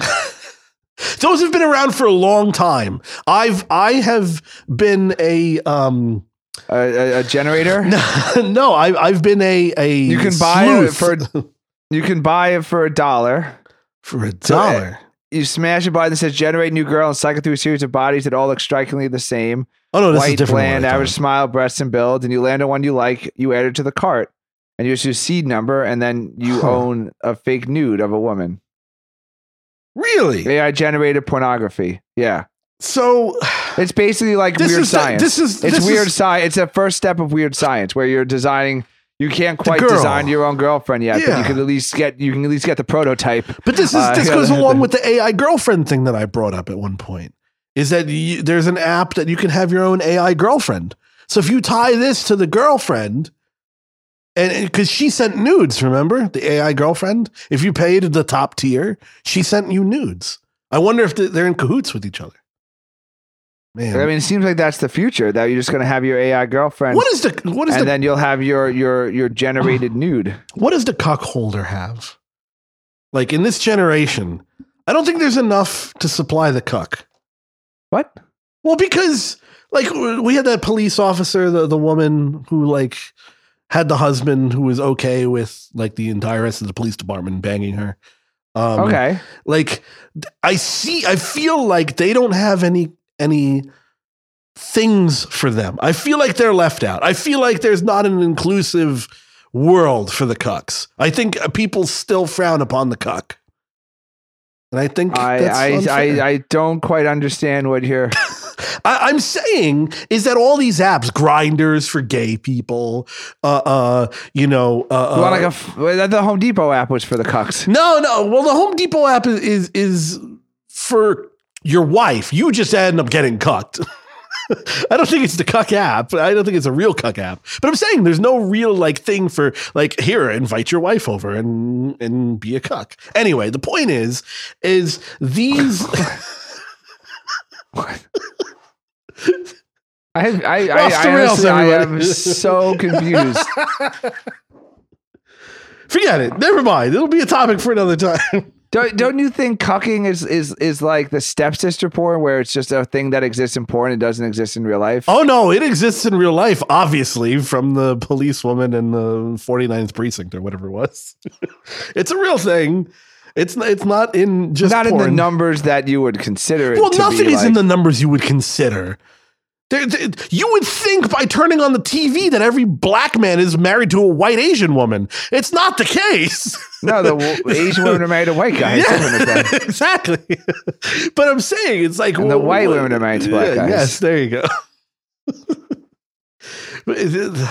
Speaker 1: Those have been around for a long time. I've I have been a um
Speaker 2: a, a, a generator.
Speaker 1: no I I've been a a
Speaker 2: You can buy it
Speaker 1: sleuth
Speaker 2: for you can buy it for a dollar.
Speaker 1: for a dollar.
Speaker 2: You smash a button that says generate new girl and cycle through a series of bodies that all look strikingly the same.
Speaker 1: Oh no, this is a
Speaker 2: white,
Speaker 1: different. one
Speaker 2: bland,
Speaker 1: I thought.
Speaker 2: average smile, breasts, and build, and you land on one you like, you add it to the cart, and you issue a seed number, and then you
Speaker 1: Huh.
Speaker 2: own a fake nude of a woman.
Speaker 1: Really?
Speaker 2: AI generated pornography. Yeah,
Speaker 1: So
Speaker 2: it's basically like
Speaker 1: This
Speaker 2: weird
Speaker 1: is the-
Speaker 2: science.
Speaker 1: this is-
Speaker 2: it's
Speaker 1: this
Speaker 2: weird
Speaker 1: is-
Speaker 2: science. It's a first step of weird science where you're designing. You can't quite
Speaker 1: girl.
Speaker 2: design your own girlfriend yet, but
Speaker 1: Yeah.
Speaker 2: you can at least get you can at least get the prototype.
Speaker 1: But this is
Speaker 2: Uh,
Speaker 1: this
Speaker 2: yeah,
Speaker 1: goes
Speaker 2: the-
Speaker 1: along
Speaker 2: the-
Speaker 1: with the AI girlfriend thing that I brought up at one point. Is that you, there's an app that you can have your own AI girlfriend. So if you tie this to the girlfriend, and because she sent nudes, remember the AI girlfriend? If you paid the top tier, she sent you nudes. I wonder if th- they're in cahoots with each other. Man,
Speaker 2: I mean, it seems like that's the future. That you're just going to have your AI girlfriend,
Speaker 1: what is the what is
Speaker 2: and
Speaker 1: the
Speaker 2: then you'll have your your your generated nude.
Speaker 1: what does the cock holder have? Like in this generation, I don't think there's enough to supply the cuck.
Speaker 2: What?
Speaker 1: Well, because like we had that police officer, the the woman who like had the husband who was okay with like the entire rest of the police department banging her. Um,
Speaker 2: Okay.
Speaker 1: like I see, I feel like they don't have any any things for them. I feel like they're left out. I feel like there's not an inclusive world for the cucks. I think uh, people still frown upon the cuck, and I think that's
Speaker 2: I I,
Speaker 1: unfair.
Speaker 2: I I don't quite understand what you're.
Speaker 1: I, I'm saying is that all these apps, grinders for gay people, uh, uh you know, uh,
Speaker 2: well,
Speaker 1: uh,
Speaker 2: like a f- well, the Home Depot app was for the cucks.
Speaker 1: no, no. Well, the Home Depot app is is, is for your wife. You just end up getting cucked. I don't think it's the cuck app. I don't think it's a real cuck app. But I'm saying there's no real like thing for like here invite your wife over and and be a cuck. Anyway, the point is is these
Speaker 2: I have, I I,
Speaker 1: Off the
Speaker 2: I,
Speaker 1: rails,
Speaker 2: honestly, I am
Speaker 1: everybody.
Speaker 2: so confused.
Speaker 1: forget it. Never mind. It'll be a topic for another time.
Speaker 2: don't don't you think cucking is is is like the stepsister porn, where it's just a thing that exists in porn and doesn't exist in real life?
Speaker 1: Oh no, it exists in real life, obviously, from the police woman in the 49th precinct or whatever it was. it's a real thing. It's n- it's not in just
Speaker 2: Not in the
Speaker 1: porn.
Speaker 2: numbers that you would consider it.
Speaker 1: Well,
Speaker 2: to
Speaker 1: nothing
Speaker 2: be
Speaker 1: is in the
Speaker 2: like-
Speaker 1: numbers you would consider. There, there- you would think by turning on the TV that every black man is married to a white Asian woman. It's not the case.
Speaker 2: no. The w- Asian women are married to white guys. Something like that.
Speaker 1: exactly. but I'm saying it's like
Speaker 2: And the white women are married to black guys.
Speaker 1: Yes, there you go. But is it-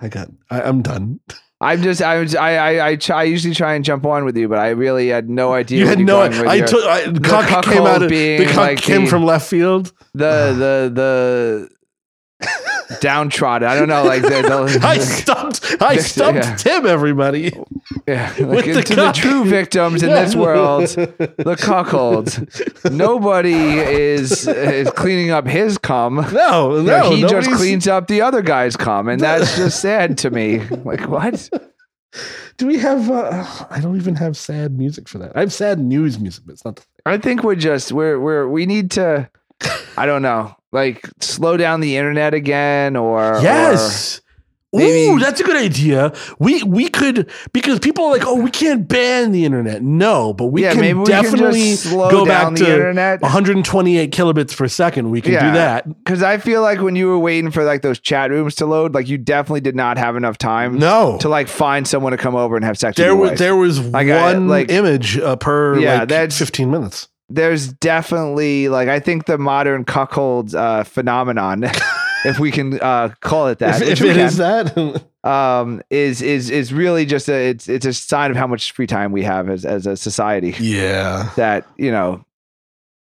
Speaker 1: I got. I, I'm done.
Speaker 2: I'm just I was I I I, try, I usually try and jump on with you, but I really had no idea.
Speaker 1: You
Speaker 2: where
Speaker 1: had
Speaker 2: you're
Speaker 1: no.
Speaker 2: going with
Speaker 1: I
Speaker 2: your-
Speaker 1: took. I, cock came
Speaker 2: cuckold
Speaker 1: out of the
Speaker 2: being
Speaker 1: cock
Speaker 2: like
Speaker 1: came
Speaker 2: the-
Speaker 1: from left field.
Speaker 2: the the the downtrodden. I don't know. Like they're, they're,
Speaker 1: I stumped. I
Speaker 2: Yeah.
Speaker 1: stumped Tim. Everybody.
Speaker 2: Yeah, like
Speaker 1: the
Speaker 2: to the
Speaker 1: cock.
Speaker 2: true victims in
Speaker 1: Yeah.
Speaker 2: this world, the cuckold. Nobody is is cleaning up his cum.
Speaker 1: No,
Speaker 2: You know,
Speaker 1: no.
Speaker 2: he just
Speaker 1: nobody's-
Speaker 2: cleans up the other guy's cum, and that's just sad to me. Like what?
Speaker 1: Do we have? Uh, I don't even have sad music for that. I have sad news music, but it's not. The
Speaker 2: I think we're just we're we're we need to. I don't know. Like slow down the internet again, or
Speaker 1: Yes.
Speaker 2: maybe-
Speaker 1: Ooh, that's a good idea. We we could because people are like, oh, we can't ban the internet. No, but we
Speaker 2: Yeah,
Speaker 1: can
Speaker 2: maybe we can just
Speaker 1: definitely
Speaker 2: slow
Speaker 1: go
Speaker 2: down
Speaker 1: back
Speaker 2: the
Speaker 1: to
Speaker 2: internet.
Speaker 1: 128 kilobits per second. We can
Speaker 2: Yeah.
Speaker 1: do that.
Speaker 2: because I feel like when you were waiting for like those chat rooms to load, like you definitely did not have enough time.
Speaker 1: No,
Speaker 2: To like find someone to come over and have sex.
Speaker 1: there
Speaker 2: with your
Speaker 1: was
Speaker 2: wife.
Speaker 1: there was
Speaker 2: I got it,
Speaker 1: one
Speaker 2: like-
Speaker 1: image uh, per
Speaker 2: Yeah,
Speaker 1: like
Speaker 2: that's-
Speaker 1: 15 minutes.
Speaker 2: there's definitely like I think the modern cuckold uh, phenomenon, if we can uh, call it that,
Speaker 1: if if
Speaker 2: which we
Speaker 1: it
Speaker 2: can,
Speaker 1: is that,
Speaker 2: um, is is is really just a it's it's a sign of how much free time we have as as a society
Speaker 1: yeah,
Speaker 2: that you know.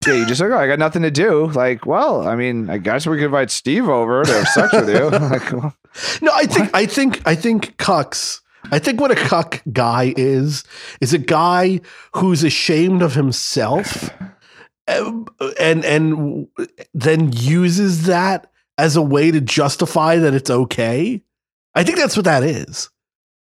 Speaker 2: Yeah, you just like, oh, I got nothing to do. Like, well, I mean, I guess we could invite Steve over to have sex with you. Like, well,
Speaker 1: No, I think I think I think cucks. I think what a cuck guy is is a guy who's ashamed of himself, um, and and then uses that as a way to justify that it's okay. I think that's what that is.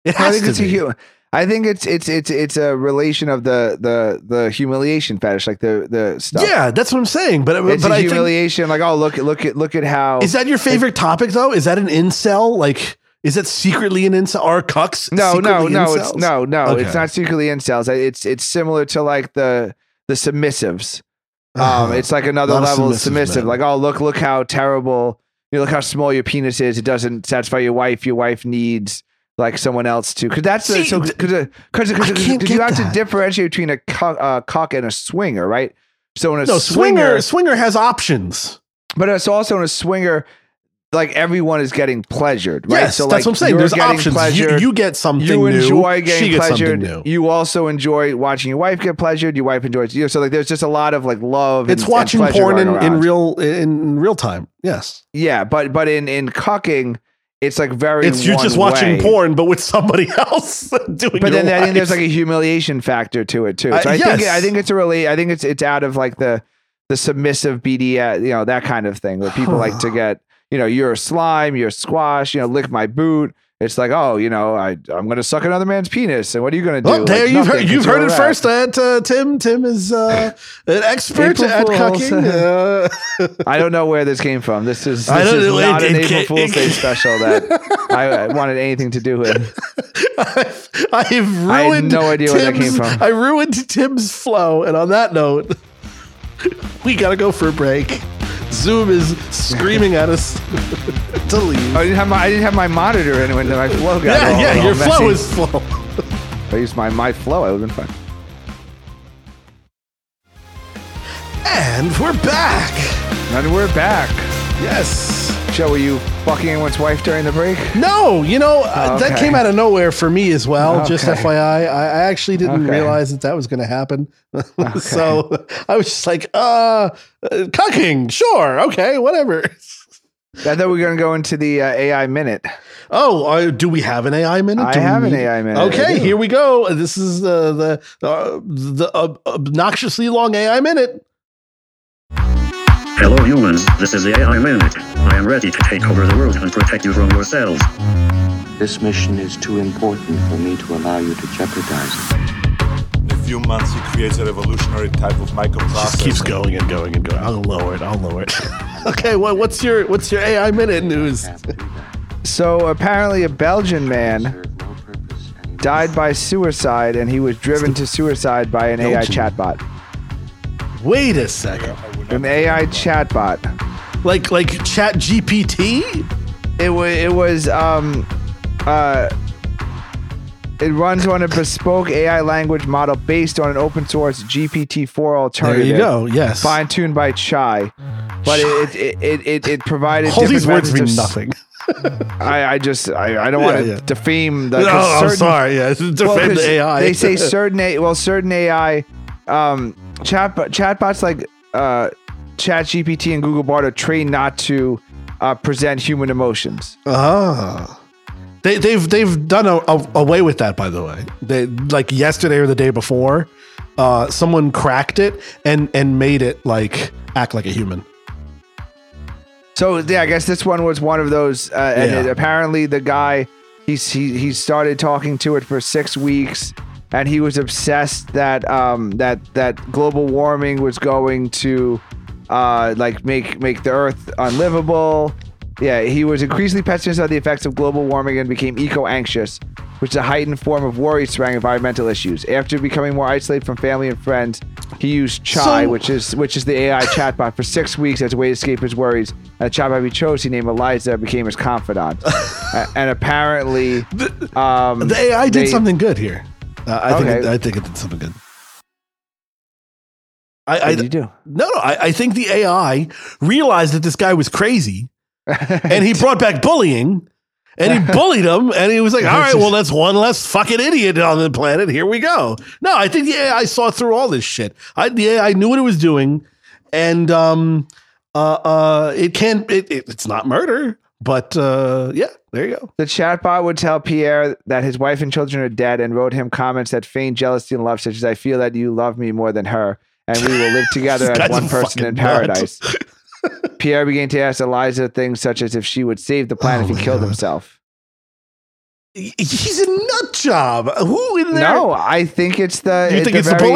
Speaker 1: It
Speaker 2: I
Speaker 1: has
Speaker 2: think
Speaker 1: to
Speaker 2: it's a
Speaker 1: be.
Speaker 2: human. I think it's it's it's it's a relation of the the the humiliation fetish, like the the stuff.
Speaker 1: yeah, that's what I'm saying. But
Speaker 2: it's
Speaker 1: but
Speaker 2: a
Speaker 1: I think
Speaker 2: humiliation. like, oh, look at look at look at how
Speaker 1: is that your favorite topic though? Is that an incel? Like, is that secretly an incel? Are cucks?
Speaker 2: no, no,
Speaker 1: secretly
Speaker 2: no, it's
Speaker 1: incels?
Speaker 2: no, no,
Speaker 1: Okay.
Speaker 2: it's not secretly incels. It's it's similar to like the the submissives. Um,
Speaker 1: Uh-huh.
Speaker 2: it's like another
Speaker 1: lot of
Speaker 2: level of
Speaker 1: submissive
Speaker 2: submissive.
Speaker 1: men.
Speaker 2: Like, oh, look, look how terrible. You know, look how small your penis is. It doesn't satisfy your wife. Your wife needs like someone else to. Because that's the
Speaker 1: See,
Speaker 2: so because because
Speaker 1: I can't
Speaker 2: because you
Speaker 1: get
Speaker 2: have
Speaker 1: that.
Speaker 2: to differentiate between a cock, uh, cock and a swinger, right? So in a
Speaker 1: no.
Speaker 2: swinger,
Speaker 1: Swinger, swinger has options.
Speaker 2: but it's also in a swinger. Like everyone is getting pleasured, right?
Speaker 1: Yes,
Speaker 2: like,
Speaker 1: that's what I'm saying.
Speaker 2: you're
Speaker 1: There's
Speaker 2: getting
Speaker 1: options. You,
Speaker 2: pleasured.
Speaker 1: you get something
Speaker 2: you enjoy
Speaker 1: new.
Speaker 2: getting
Speaker 1: she gets
Speaker 2: pleasured.
Speaker 1: something new.
Speaker 2: You also enjoy watching your wife get pleasured. Your wife enjoys you. So like, there's just a lot of like love.
Speaker 1: It's
Speaker 2: and,
Speaker 1: watching
Speaker 2: and pleasure
Speaker 1: porn
Speaker 2: going
Speaker 1: in, in
Speaker 2: around.
Speaker 1: real in real time. Yes,
Speaker 2: Yeah, but but in in cucking, it's like very.
Speaker 1: it's you're just
Speaker 2: one
Speaker 1: watching
Speaker 2: way.
Speaker 1: porn, but with somebody else doing.
Speaker 2: But
Speaker 1: your
Speaker 2: then I think there's
Speaker 1: life.
Speaker 2: like a humiliation factor to it too. So
Speaker 1: Uh,
Speaker 2: I think
Speaker 1: yes.
Speaker 2: I think it's a really I think it's it's out of like the the submissive BDS, you know, that kind of thing where people like to get, you know, you're a slime, you're a squash, you know, lick my boot. It's like, oh, you know, I I'm gonna suck another man's penis, and what are you gonna do?
Speaker 1: Oh,
Speaker 2: Like,
Speaker 1: there you've
Speaker 2: nothing.
Speaker 1: heard, you've
Speaker 2: It's
Speaker 1: heard
Speaker 2: all
Speaker 1: it
Speaker 2: that.
Speaker 1: first. At uh, Tim, Tim is uh, an expert
Speaker 2: April
Speaker 1: at
Speaker 2: Fools.
Speaker 1: cucking. Uh,
Speaker 2: I don't know where this came from. This is, this
Speaker 1: I don't
Speaker 2: is
Speaker 1: know. It-
Speaker 2: not an
Speaker 1: it
Speaker 2: April
Speaker 1: ca-
Speaker 2: Fool's
Speaker 1: it
Speaker 2: Day
Speaker 1: ca-
Speaker 2: special that I, I wanted anything to do with.
Speaker 1: I've, I've ruined.
Speaker 2: had no idea where that came
Speaker 1: Tim's-
Speaker 2: from.
Speaker 1: I ruined Tim's flow, and on that note, we gotta go for a break. Zoom is screaming at us to leave.
Speaker 2: I didn't have my I didn't have my monitor in when my flow got
Speaker 1: Yeah,
Speaker 2: all-
Speaker 1: yeah,
Speaker 2: all
Speaker 1: your
Speaker 2: messy.
Speaker 1: flow is full.
Speaker 2: If I used my my flow, I would have been fine.
Speaker 1: And we're back.
Speaker 2: And we're back.
Speaker 1: Yes.
Speaker 2: Joe, were you fucking anyone's wife during the break?
Speaker 1: No, you know, uh,
Speaker 2: Okay.
Speaker 1: that came out of nowhere for me as well. Just
Speaker 2: Okay.
Speaker 1: FYI, I, I actually didn't
Speaker 2: Okay.
Speaker 1: realize that that was going to happen. so I was just like, uh, uh, cucking, sure, okay, whatever.
Speaker 2: I thought we were going to go into the uh, AI minute.
Speaker 1: Oh, uh, do we have an AI minute?
Speaker 2: I
Speaker 1: Do we
Speaker 2: have an
Speaker 1: need-
Speaker 2: AI minute, I
Speaker 1: Okay,
Speaker 2: do.
Speaker 1: here we go. This is uh, the uh, the ob- obnoxiously long AI minute.
Speaker 6: Hello humans, this is the AI Minute. I am ready to take over the world and protect you from yourselves.
Speaker 7: This mission is too important for me to allow you to jeopardize it.
Speaker 8: In a few months, he creates a revolutionary type of microprocessor.
Speaker 1: Just keeps going and going and going. I'll lower it. I'll lower it. okay, well, what's your what's your AI minute news?
Speaker 2: So apparently, a Belgian man
Speaker 7: Serve no purpose anymore.
Speaker 2: died by suicide, and he was driven to suicide by an AI
Speaker 1: Belgian.
Speaker 2: chatbot.
Speaker 1: Wait a second.
Speaker 2: An AI chatbot.
Speaker 1: Like like Chat GPT?
Speaker 2: it was it was um uh it runs on a bespoke AI language model based on an open source GPT-4 alternative.
Speaker 1: Yes.
Speaker 2: Fine-tuned by Chai, but it it it it, it provided
Speaker 1: All these
Speaker 2: different
Speaker 1: words mean
Speaker 2: methods of-
Speaker 1: nothing.
Speaker 2: I, I just I, I don't want to
Speaker 1: Yeah, yeah.
Speaker 2: defame the.
Speaker 1: No,
Speaker 2: 'cause
Speaker 1: I'm
Speaker 2: certain-
Speaker 1: Oh, sorry. Yeah, defend
Speaker 2: well, 'cause
Speaker 1: the AI.
Speaker 2: They say certain a well certain AI um chat chatbots like uh ChatGPT and Google Bard are trained not to uh, present human emotions.
Speaker 1: Ah. They, they've they've done a, a, away with that by the way. They like yesterday or the day before, uh, someone cracked it and and made it like act like a human.
Speaker 2: So yeah, I guess this one was one of those, uh, and
Speaker 1: Yeah.
Speaker 2: it, apparently the guy he's he he started talking to it for six weeks, and he was obsessed that um that that global warming was going to uh like make make the Earth unlivable. Yeah, he was increasingly pessimistic about the effects of global warming and became eco anxious, which is a heightened form of worry surrounding environmental issues. After becoming more isolated from family and friends, he used Chai,
Speaker 1: So-
Speaker 2: which which is which is the AI chatbot for six weeks as a way to escape his worries. A chatbot he chose, he named Eliza, became his confidant, A- and apparently, um,
Speaker 1: The AI did
Speaker 2: they-
Speaker 1: something good here. Uh, I think it,
Speaker 2: Okay.
Speaker 1: I think it did something good. I, I
Speaker 2: What did you do?
Speaker 1: no no I, I think the AI realized that this guy was crazy, and he brought back bullying, and he bullied him, and he was like, all right, well that's one less fucking idiot on the planet. Here we go. No, I think the AI saw through all this shit. I the AI knew what it was doing, and um uh uh it can it, it it's not murder, but uh yeah, there you go.
Speaker 2: The chatbot would tell Pierre that his wife and children are dead, and wrote him comments that feigned jealousy and love, such as "I feel that you love me more than her, and we will live together
Speaker 1: This
Speaker 2: as
Speaker 1: guy's a
Speaker 2: one person in
Speaker 1: fucking nut.
Speaker 2: paradise." Pierre began to ask Eliza things such as if she would save the planet
Speaker 1: Oh,
Speaker 2: if he killed himself.
Speaker 1: He- He's a nut job. Who in there?
Speaker 2: No, I think it's the
Speaker 1: You think it's the
Speaker 2: very-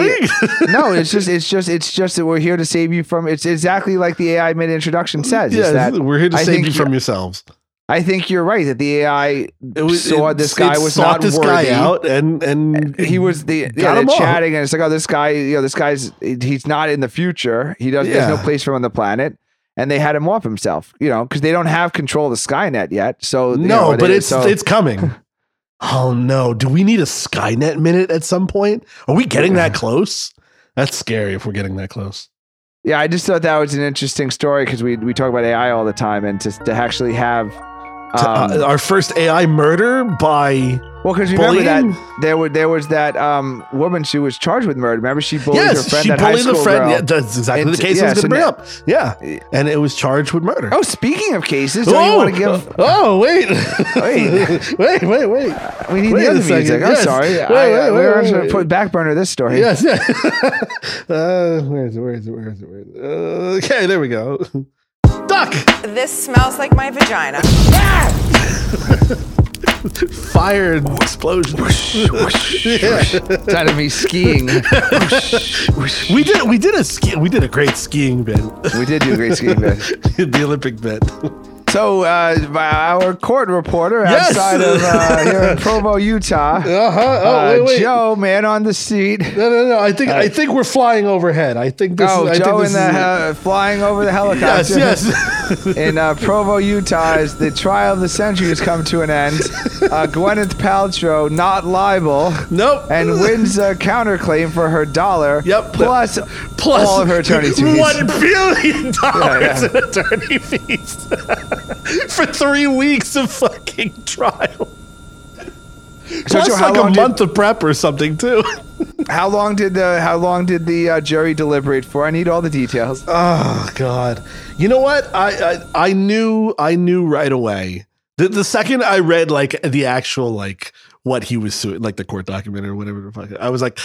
Speaker 1: bullying?
Speaker 2: no, it's just it's just it's just that we're here to save you from. It's exactly like the AI mid introduction says.
Speaker 1: yeah,
Speaker 2: is that
Speaker 1: we're here to
Speaker 2: I
Speaker 1: save
Speaker 2: think
Speaker 1: you from yourselves.
Speaker 2: I think you're right that the AI saw
Speaker 1: it-
Speaker 2: this guy
Speaker 1: it
Speaker 2: was
Speaker 1: sought
Speaker 2: not
Speaker 1: this
Speaker 2: worthy.
Speaker 1: guy out, and and
Speaker 2: He was the
Speaker 1: Got
Speaker 2: yeah,
Speaker 1: him
Speaker 2: they're
Speaker 1: all.
Speaker 2: chatting, and it's like, oh, this guy, you know, this guy's he's not in the future. He does.
Speaker 1: Yeah.
Speaker 2: There's no place for him on the planet. And they had him off himself, you know, because they don't have control of the Skynet yet. So you know,
Speaker 1: no,
Speaker 2: it
Speaker 1: but
Speaker 2: is,
Speaker 1: it's
Speaker 2: so-
Speaker 1: it's coming. oh no! Do we need a Skynet minute at some point? Are we getting that close? That's scary if we're getting that close.
Speaker 2: Yeah, I just thought that was an interesting story because we we talk about AI all the time, and to to actually have
Speaker 1: To-
Speaker 2: um,
Speaker 1: uh, our first AI murder by
Speaker 2: Well, because remember
Speaker 1: Bullying?
Speaker 2: that there were there was that um, woman she was charged with murder. Remember she bullied her friend.
Speaker 1: she
Speaker 2: that high
Speaker 1: bullied
Speaker 2: school
Speaker 1: a friend.
Speaker 2: Girl.
Speaker 1: Yeah, that's exactly
Speaker 2: And-
Speaker 1: the case I
Speaker 2: yeah,
Speaker 1: was
Speaker 2: so
Speaker 1: going to
Speaker 2: now-
Speaker 1: bring up. Yeah, and it was charged with murder.
Speaker 2: oh, speaking of cases, don't you want to give?
Speaker 1: oh wait.
Speaker 2: Wait.
Speaker 1: wait, wait, wait.
Speaker 2: We need
Speaker 1: wait
Speaker 2: the
Speaker 1: a
Speaker 2: other
Speaker 1: second.
Speaker 2: music. I'm
Speaker 1: Yes.
Speaker 2: sorry.
Speaker 1: Wait,
Speaker 2: I-
Speaker 1: wait,
Speaker 2: I-
Speaker 1: wait,
Speaker 2: we're
Speaker 1: wait,
Speaker 2: actually
Speaker 1: wait.
Speaker 2: put back burner this story.
Speaker 1: Yes, yeah. uh, where is it? Where is it? Where is it? Where is it? Uh, okay, there we go. Duck!
Speaker 9: This smells like my vagina.
Speaker 1: Fire and explosion.
Speaker 2: It's out of me skiing.
Speaker 1: we did we did a ski we did a great skiing bit.
Speaker 2: we did do a great skiing bit.
Speaker 1: the Olympic bit.
Speaker 2: So, uh, by our court reporter
Speaker 1: Yes.
Speaker 2: outside of uh, here in Provo, Utah,
Speaker 1: Uh-huh. Oh,
Speaker 2: uh,
Speaker 1: wait, wait.
Speaker 2: Joe, man on the seat.
Speaker 1: No, no, no. I think I think we're flying overhead. I think this
Speaker 2: oh,
Speaker 1: is I
Speaker 2: Joe
Speaker 1: think
Speaker 2: in
Speaker 1: this
Speaker 2: the
Speaker 1: is it.
Speaker 2: uh, flying over the
Speaker 1: Yes,
Speaker 2: helicopter.
Speaker 1: yes.
Speaker 2: in uh, Provo, Utah, as the trial of the century has come to an end. Uh, Gwyneth Paltrow not liable.
Speaker 1: Nope.
Speaker 2: And wins a counterclaim for her dollar.
Speaker 1: Yep.
Speaker 2: Plus,
Speaker 1: Plus
Speaker 2: all of her attorney's fees.
Speaker 1: One billion dollars
Speaker 2: Yeah, yeah.
Speaker 1: in attorney fees for three weeks of fucking trial. Plus
Speaker 2: Joe, how
Speaker 1: like a
Speaker 2: long did-
Speaker 1: month of prep or something too.
Speaker 2: How long did the How long did the uh, jury deliberate for? I need all the details.
Speaker 1: Oh God! You know what? I I, I knew I knew right away. The, the second I read like the actual like what he was suing, like the court document or whatever the fuck, I was like,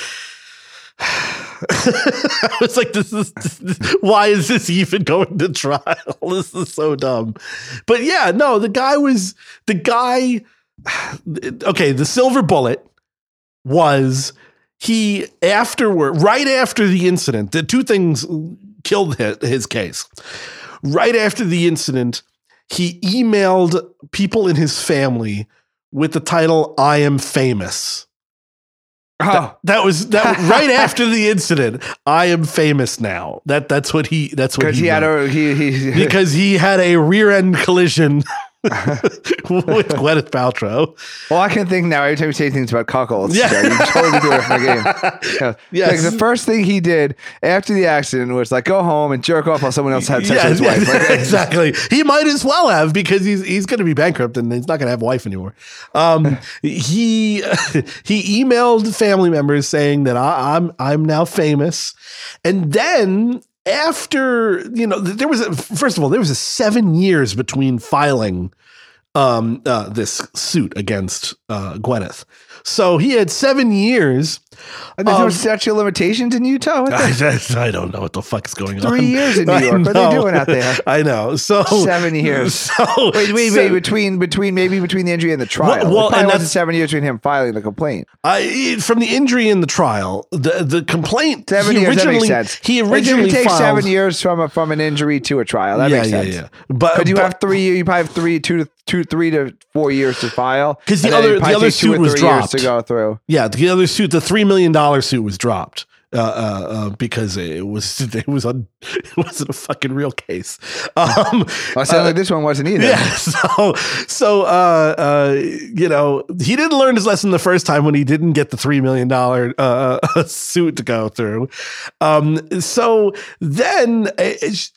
Speaker 1: I was like, this is this- why is this even going to trial? This is so dumb. But yeah, no, the guy was the guy. Okay, the silver bullet was he afterward, right after the incident, the two things killed his, his case. Right after the incident, he emailed people in his family with the title "I am famous."
Speaker 2: Oh,
Speaker 1: That was that right after the incident. I am famous now. That that's what he that's what
Speaker 2: because
Speaker 1: he,
Speaker 2: he had
Speaker 1: wrote.
Speaker 2: a he he.
Speaker 1: because he had a rear end collision with Gwyneth Paltrow.
Speaker 2: Well, I can think now every time you say things about cuckolds.
Speaker 1: Yeah.
Speaker 2: Yeah, you totally do it from the game. Yeah.
Speaker 1: Yes.
Speaker 2: Like the first thing he did after the accident was like go home and jerk off while someone else had sex
Speaker 1: Yeah,
Speaker 2: with his wife. Like,
Speaker 1: exactly. He might as well have because he's he's going to be bankrupt and he's not going to have a wife anymore. Um, he he emailed family members saying that I, I'm I'm now famous, and then after you know th- there was a, first of all there was a seven years between filing um, uh, this suit against uh, Gwyneth, so he had seven years.
Speaker 2: There's no
Speaker 1: of-
Speaker 2: statute of limitations in Utah. What the
Speaker 1: I, just- I don't know what the fuck's going on.
Speaker 2: Three years in New
Speaker 1: I
Speaker 2: York. What are they
Speaker 1: know.
Speaker 2: doing out there?
Speaker 1: I know. So
Speaker 2: Seven years.
Speaker 1: Oh. So
Speaker 2: Wait, wait,
Speaker 1: so-
Speaker 2: wait. Between between maybe between the injury and the trial.
Speaker 1: Well-
Speaker 2: Well,
Speaker 1: well,
Speaker 2: it probably
Speaker 1: and
Speaker 2: wasn't
Speaker 1: that's-
Speaker 2: seven years between him filing the complaint.
Speaker 1: I, from the injury in the trial, the the complaint.
Speaker 2: Seven
Speaker 1: he
Speaker 2: years. That
Speaker 1: originally
Speaker 2: makes sense.
Speaker 1: he
Speaker 2: It didn't
Speaker 1: originally
Speaker 2: take
Speaker 1: filed,
Speaker 2: seven years from a, from an injury to a trial. That
Speaker 1: yeah,
Speaker 2: makes
Speaker 1: yeah,
Speaker 2: sense.
Speaker 1: yeah. But
Speaker 2: But you
Speaker 1: but-
Speaker 2: have three. You probably have three, two to two, three to four years to file.
Speaker 1: 'Cause the
Speaker 2: and then
Speaker 1: other-
Speaker 2: it'd probably
Speaker 1: the other
Speaker 2: take two or
Speaker 1: suit was
Speaker 2: three years to go
Speaker 1: dropped.
Speaker 2: through.
Speaker 1: Yeah, the other suit, the three million dollar suit, was dropped uh, uh, uh, because it was it was on it wasn't a fucking real case. Um,
Speaker 2: I sound Uh, like this one wasn't either.
Speaker 1: yeah, so so uh, uh, you know he didn't learn his lesson the first time when he didn't get the three million dollar uh, suit to go through. Um, so then uh,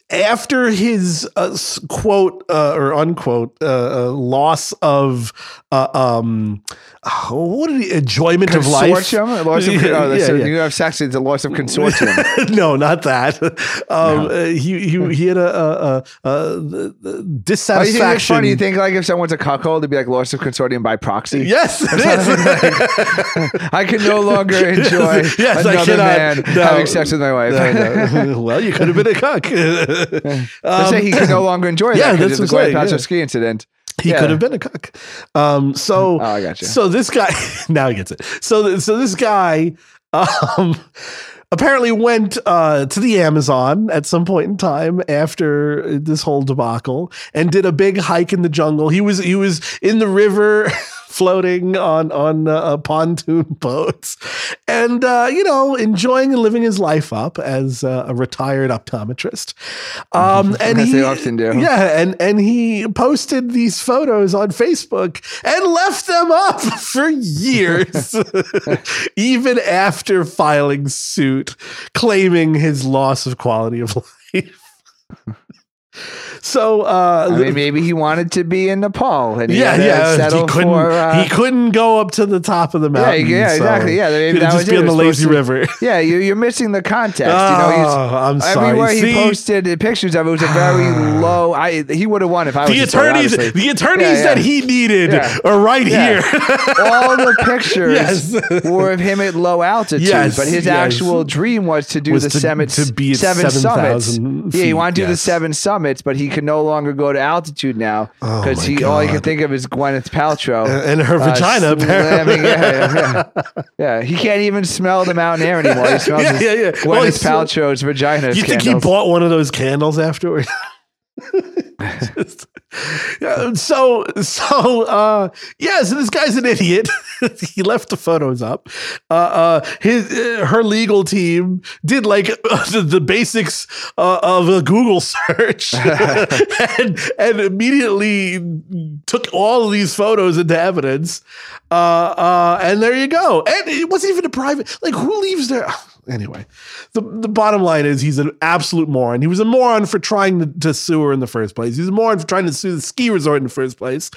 Speaker 1: after his uh, s- quote uh, or unquote uh, uh, loss of uh, um, oh, what did he, enjoyment of life
Speaker 2: Consortium, loss of, oh, that's so you have sex. It's a loss of consortium.
Speaker 1: no, not that. Um, uh, he, he he had a, a, a, a the- the
Speaker 2: Oh, you think it's
Speaker 1: dissatisfaction.
Speaker 2: funny? You think like if someone's a cuckold, it'd be like loss of consortium by proxy.
Speaker 1: Yes, it is.
Speaker 2: I can no longer enjoy
Speaker 1: Yes, I
Speaker 2: another
Speaker 1: cannot.
Speaker 2: man
Speaker 1: No.
Speaker 2: having sex with my wife.
Speaker 1: No, no. well, you could have been a cuck.
Speaker 2: Let's say he can no longer enjoy
Speaker 1: Um, yeah,
Speaker 2: that
Speaker 1: that's
Speaker 2: because of the
Speaker 1: what I'm
Speaker 2: Guadalupe
Speaker 1: saying, yeah.
Speaker 2: ski incident.
Speaker 1: he
Speaker 2: Yeah.
Speaker 1: could have been a cuck. Um, so
Speaker 2: Oh, I gotcha.
Speaker 1: So this guy now he gets it. So th- so this guy um, apparently went uh, to the Amazon at some point in time after this whole debacle and did a big hike in the jungle. He was he was in the river. floating on on uh, pontoon boats and uh, you know enjoying and living his life up as uh, a retired optometrist um, and
Speaker 2: As
Speaker 1: he
Speaker 2: they often do.
Speaker 1: yeah yeah, and and he posted these photos on Facebook and left them up for years, even after filing suit claiming his loss of quality of life. so, uh,
Speaker 2: I mean, maybe he wanted to be in Nepal and he
Speaker 1: yeah,
Speaker 2: had to
Speaker 1: yeah, he
Speaker 2: settle
Speaker 1: couldn't
Speaker 2: for. Uh,
Speaker 1: he couldn't go up to the top of the
Speaker 2: yeah,
Speaker 1: mountain.
Speaker 2: yeah,
Speaker 1: so
Speaker 2: exactly. Yeah,
Speaker 1: he
Speaker 2: maybe
Speaker 1: could
Speaker 2: that was
Speaker 1: just be
Speaker 2: it.
Speaker 1: on
Speaker 2: It
Speaker 1: the
Speaker 2: was
Speaker 1: lazy
Speaker 2: supposed
Speaker 1: river.
Speaker 2: to- yeah, you, you're missing the context. you know, he's,
Speaker 1: Oh, I'm sorry.
Speaker 2: everywhere he
Speaker 1: See? Ah.
Speaker 2: posted uh, pictures of it was a very low. I he would have won if I was
Speaker 1: the
Speaker 2: just there,
Speaker 1: attorneys,
Speaker 2: honestly.
Speaker 1: the attorneys
Speaker 2: Yeah, yeah.
Speaker 1: that he needed
Speaker 2: Yeah.
Speaker 1: are right here.
Speaker 2: Yeah. all the pictures
Speaker 1: Yes.
Speaker 2: were of him at low altitude,
Speaker 1: Yes,
Speaker 2: but his
Speaker 1: yes.
Speaker 2: actual dream was to do
Speaker 1: Was
Speaker 2: the
Speaker 1: to-
Speaker 2: seven,
Speaker 1: to be at
Speaker 2: seven summits.
Speaker 1: 7,000
Speaker 2: yeah, he
Speaker 1: feet,
Speaker 2: wanted to do the
Speaker 1: yes.
Speaker 2: seven summits, but he can no longer go to altitude now
Speaker 1: Oh,
Speaker 2: because
Speaker 1: my
Speaker 2: he all he can
Speaker 1: God.
Speaker 2: think of is Gwyneth Paltrow uh,
Speaker 1: And- and her vagina, apparently.
Speaker 2: slamming- yeah, yeah, yeah. Yeah, he can't even smell the mountain air anymore. He smells
Speaker 1: Yeah,
Speaker 2: his
Speaker 1: yeah, yeah.
Speaker 2: Gwyneth
Speaker 1: Well, he smell-
Speaker 2: Paltrow's vagina.
Speaker 1: You think he
Speaker 2: candles.
Speaker 1: bought one of those candles afterward? Just- Yeah, so so uh yeah so this guy's an idiot he left the photos up uh uh his uh, her legal team did like the, the basics uh, of a google search and and immediately took all of these photos into evidence uh uh and there you go and it wasn't even a private like who leaves their anyway the, the bottom line is he's an absolute moron. He was a moron for trying to, to sue her in the first place. He's a moron for trying to sue the ski resort in the first place.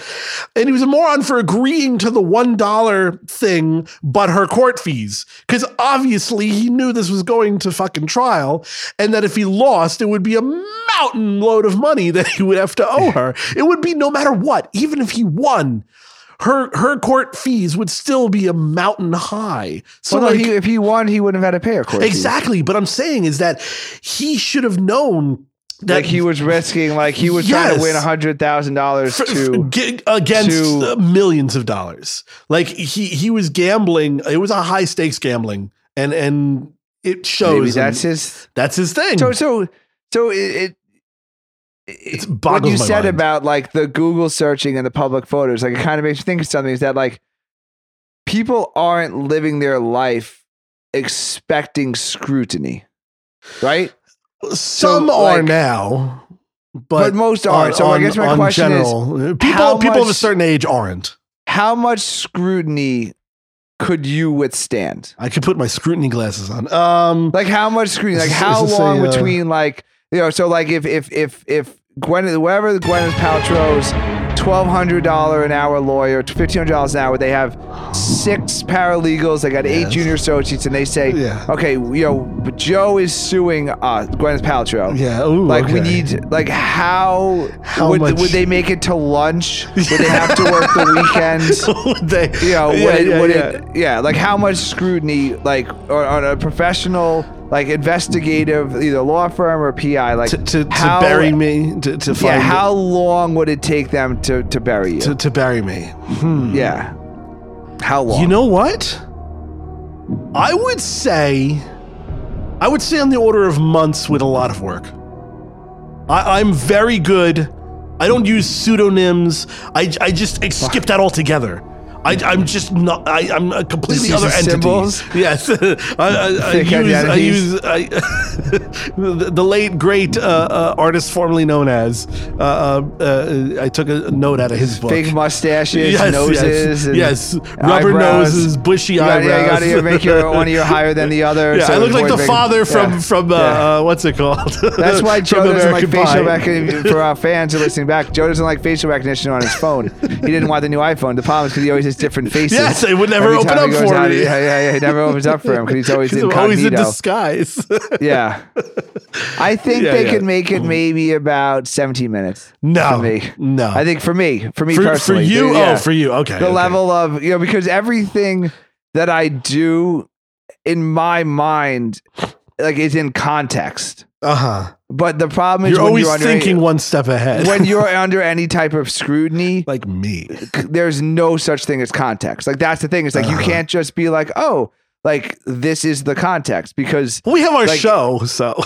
Speaker 1: And he was a moron for agreeing to the $1 thing, but her court fees. Because obviously he knew this was going to fucking trial and that if he lost, it would be a mountain load of money that he would have to owe her. It would be no matter what, even if he won. Her her court fees would still be a mountain high. So
Speaker 2: Well, no,
Speaker 1: like-
Speaker 2: he, if he won, he wouldn't have had to pay a court. fee.
Speaker 1: Exactly. But I'm saying is that he should have known that
Speaker 2: Like he was risking, like he was trying to
Speaker 1: Yes.
Speaker 2: win hundred thousand dollars
Speaker 1: f- f-
Speaker 2: to
Speaker 1: g- against
Speaker 2: to-
Speaker 1: uh, millions of dollars. Like he he was gambling. It was a high stakes gambling, and and it shows.
Speaker 2: Maybe
Speaker 1: and
Speaker 2: that's his.
Speaker 1: that's his thing.
Speaker 2: So so so it. it it's what
Speaker 1: boggles
Speaker 2: you
Speaker 1: my
Speaker 2: said
Speaker 1: mind.
Speaker 2: about like the Google searching and the public photos, like it kind of makes you think of something. Is that like people aren't living their life expecting scrutiny, right?
Speaker 1: Some
Speaker 2: so,
Speaker 1: are
Speaker 2: like-
Speaker 1: now, but,
Speaker 2: But most aren't. So I guess my question is,
Speaker 1: is, people
Speaker 2: how
Speaker 1: people of a
Speaker 2: much-
Speaker 1: certain age aren't.
Speaker 2: How much scrutiny could you withstand?
Speaker 1: I could put my scrutiny glasses on. Um,
Speaker 2: Like how much screen? Like
Speaker 1: It's-
Speaker 2: how
Speaker 1: it's a,
Speaker 2: long
Speaker 1: uh,
Speaker 2: between like you know? So like if if if if Gwen whoever Gwyneth Paltrow's $1,200 an hour lawyer, $1,500 an hour. They have six paralegals. They got eight
Speaker 1: Yes.
Speaker 2: junior associates, and they say,
Speaker 1: Yeah.
Speaker 2: okay, you know, but Joe is suing uh, Gwyneth Paltrow.
Speaker 1: Yeah, ooh,
Speaker 2: like we
Speaker 1: okay.
Speaker 2: need, like how,
Speaker 1: How
Speaker 2: would,
Speaker 1: much-
Speaker 2: would they make it to lunch? Would they have to work the weekend?
Speaker 1: would they?
Speaker 2: you know,
Speaker 1: yeah,
Speaker 2: would, it,
Speaker 1: yeah,
Speaker 2: would
Speaker 1: yeah.
Speaker 2: it, yeah, like how much scrutiny, like on, on a professional, like investigative, either law firm or PI, like
Speaker 1: to, to, to
Speaker 2: how-
Speaker 1: bury me to, to find
Speaker 2: Yeah, how long would it take them to to bury you?
Speaker 1: to, to bury me.
Speaker 2: yeah, how long?
Speaker 1: You know what? I would say, I would say on the order of months with a lot of work. I, I'm very good. I don't use pseudonyms. I, I just I skip that altogether. I, I'm just not. I, I'm a completely
Speaker 2: Just
Speaker 1: other
Speaker 2: using
Speaker 1: entity.
Speaker 2: symbols?
Speaker 1: Yes, I, I, I
Speaker 2: Thick
Speaker 1: use. I
Speaker 2: identities?
Speaker 1: use I, the, the late great uh, uh, artist formerly known as. Uh, uh, uh, I took a note out of his book.
Speaker 2: big mustaches,
Speaker 1: Yes,
Speaker 2: noses,
Speaker 1: yes,
Speaker 2: and
Speaker 1: yes. Rubber
Speaker 2: eyebrows.
Speaker 1: noses, bushy
Speaker 2: you gotta,
Speaker 1: eyebrows.
Speaker 2: You gotta make your one ear higher than the other.
Speaker 1: Yeah,
Speaker 2: so
Speaker 1: I look
Speaker 2: it's
Speaker 1: like
Speaker 2: more
Speaker 1: the
Speaker 2: big-
Speaker 1: father from
Speaker 2: yeah.
Speaker 1: from uh,
Speaker 2: Yeah.
Speaker 1: uh, what's it called?
Speaker 2: That's why
Speaker 1: From
Speaker 2: Joe doesn't like
Speaker 1: American
Speaker 2: facial
Speaker 1: Pie.
Speaker 2: recognition. For our fans who are listening back, Joe doesn't like facial recognition on his phone. He didn't want the new iPhone. The problem is because he always has different faces.
Speaker 1: Yes, it would never
Speaker 2: Every
Speaker 1: open
Speaker 2: time
Speaker 1: up
Speaker 2: he goes
Speaker 1: for
Speaker 2: out,
Speaker 1: me.
Speaker 2: Yeah, yeah, yeah. It never opens up for him because he's always
Speaker 1: 'Cause I'm
Speaker 2: incognito.
Speaker 1: always in disguise.
Speaker 2: yeah. I think
Speaker 1: Yeah,
Speaker 2: they
Speaker 1: yeah. Mm.
Speaker 2: could make it maybe about 17 minutes.
Speaker 1: No,
Speaker 2: For me.
Speaker 1: no.
Speaker 2: I think for me, for me
Speaker 1: For- for
Speaker 2: personally.
Speaker 1: you?
Speaker 2: the- yeah.
Speaker 1: Oh, for you. Okay,
Speaker 2: The
Speaker 1: okay.
Speaker 2: level of, you know, because everything that I do in my mind, like, is in context.
Speaker 1: uh huh.
Speaker 2: But the problem is
Speaker 1: You're
Speaker 2: when
Speaker 1: always
Speaker 2: you're under
Speaker 1: thinking one step ahead.
Speaker 2: when you're under any type of scrutiny,
Speaker 1: like me,
Speaker 2: c- there's no such thing as context. Like that's the thing. It's like you can't just be like, oh, like this is the context because.
Speaker 1: we have our
Speaker 2: Like-
Speaker 1: show, so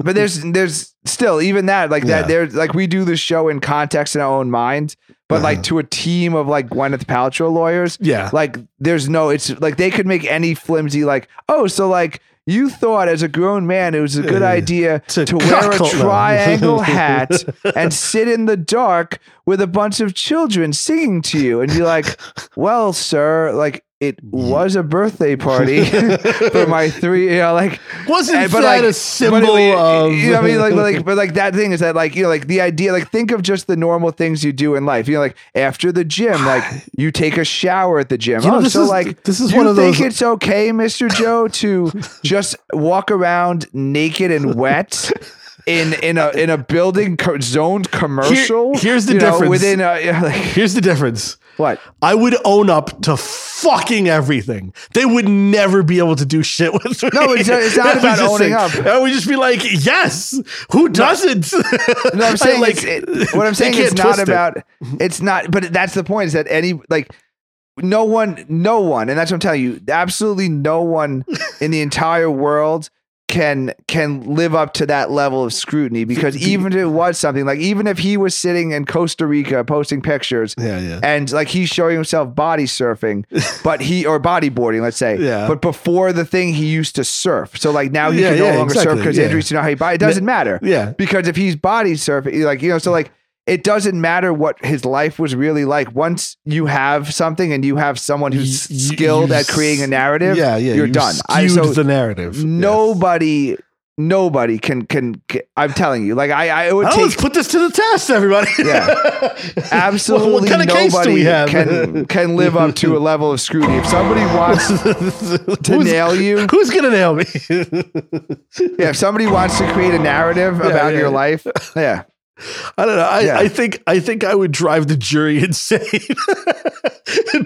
Speaker 2: But there's there's still even that like
Speaker 1: Yeah.
Speaker 2: that there's like we do the show in context in our own mind, but like to a team of like Gwyneth Paltrow lawyers,
Speaker 1: Uh-huh. Yeah.
Speaker 2: like there's no it's like they could make any flimsy like oh so like. You thought as a grown man it was a good
Speaker 1: Yeah.
Speaker 2: idea
Speaker 1: To
Speaker 2: to, wear a
Speaker 1: cuckold them.
Speaker 2: triangle hat and sit in the dark with a bunch of children singing to you and be like, well, sir, like it was a birthday party for my three, you know, like
Speaker 1: Wasn't
Speaker 2: and-
Speaker 1: that
Speaker 2: like,
Speaker 1: a
Speaker 2: but it-
Speaker 1: symbol of-
Speaker 2: you know what I mean? Like, but like, but like that thing is that like you know, like the idea, like think of just the normal things you do in life. You know, like after the gym, like you take a shower at the gym.
Speaker 1: You know,
Speaker 2: oh,
Speaker 1: this
Speaker 2: so
Speaker 1: is-
Speaker 2: like
Speaker 1: this is
Speaker 2: you
Speaker 1: one of
Speaker 2: think
Speaker 1: those-
Speaker 2: it's okay, Mister Joe, to just walk around naked and wet. In, in a in a building co- zoned commercial.
Speaker 1: here's the
Speaker 2: you know,
Speaker 1: difference.
Speaker 2: within a, yeah, like,
Speaker 1: here's the difference.
Speaker 2: what
Speaker 1: I would own up to fucking everything. They would never be able to do shit with me.
Speaker 2: No, it's- it's not
Speaker 1: I would
Speaker 2: about
Speaker 1: just
Speaker 2: owning
Speaker 1: think-
Speaker 2: up.
Speaker 1: I would just be like, yes, who doesn't?
Speaker 2: No, I'm saying
Speaker 1: like,
Speaker 2: it's, it, what I'm
Speaker 1: they
Speaker 2: saying
Speaker 1: can't
Speaker 2: is not
Speaker 1: twist it.
Speaker 2: about it's not. But that's the point is that any like no one, no one, and that's what I'm telling you. Absolutely no one in the entire world can can live up to that level of scrutiny because even if it was something like even if he was sitting in Costa Rica posting pictures
Speaker 1: Yeah, yeah.
Speaker 2: and like he's showing himself body surfing but he or bodyboarding let's say
Speaker 1: Yeah.
Speaker 2: but before the thing he used to surf so like now he
Speaker 1: Yeah,
Speaker 2: can no
Speaker 1: yeah,
Speaker 2: longer surf
Speaker 1: exactly,
Speaker 2: because
Speaker 1: yeah.
Speaker 2: injuries to know how he body it doesn't matter
Speaker 1: yeah.
Speaker 2: because if he's body surfing, like you know, so like it doesn't matter what his life was really like. Once you have something and you have someone who's
Speaker 1: You- you-
Speaker 2: skilled
Speaker 1: you
Speaker 2: at creating a
Speaker 1: s-
Speaker 2: narrative,
Speaker 1: Yeah, yeah.
Speaker 2: you're
Speaker 1: you
Speaker 2: done. I
Speaker 1: skewed
Speaker 2: so
Speaker 1: the narrative. Yes.
Speaker 2: nobody, nobody can, can can- I'm telling you, like I I would
Speaker 1: Well,
Speaker 2: take
Speaker 1: let's put this to the test, everybody.
Speaker 2: Yeah. absolutely
Speaker 1: What kind of
Speaker 2: nobody
Speaker 1: case do we have?
Speaker 2: can can live up to a level of scrutiny. If somebody wants to
Speaker 1: Who's-
Speaker 2: nail you,
Speaker 1: Who's gonna nail me?
Speaker 2: yeah, if somebody wants to create a narrative about
Speaker 1: yeah.
Speaker 2: your life, yeah.
Speaker 1: I don't know. I,
Speaker 2: Yeah.
Speaker 1: I think I think I would drive the jury insane.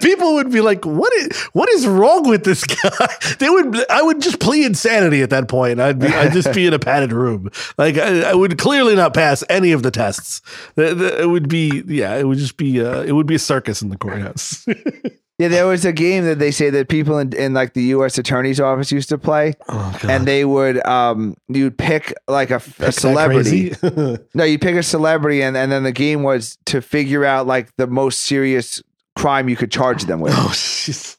Speaker 1: People would be like, "What is what is wrong with this guy?" They would. I would just plea insanity at that point. I'd be. I'd just be in a padded room. Like I, I would clearly not pass any of the tests. The- the- It would be. Yeah. It would just be. Uh, it would be a circus in the courthouse.
Speaker 2: Yeah, there was a game that they say that people in, in like the U.S. Attorney's office used to play,
Speaker 1: Oh,
Speaker 2: and they would um you'd pick like a, a celebrity. No, you pick a celebrity, and and then the game was to figure out like the most serious crime you could charge them with.
Speaker 1: oh, jeez.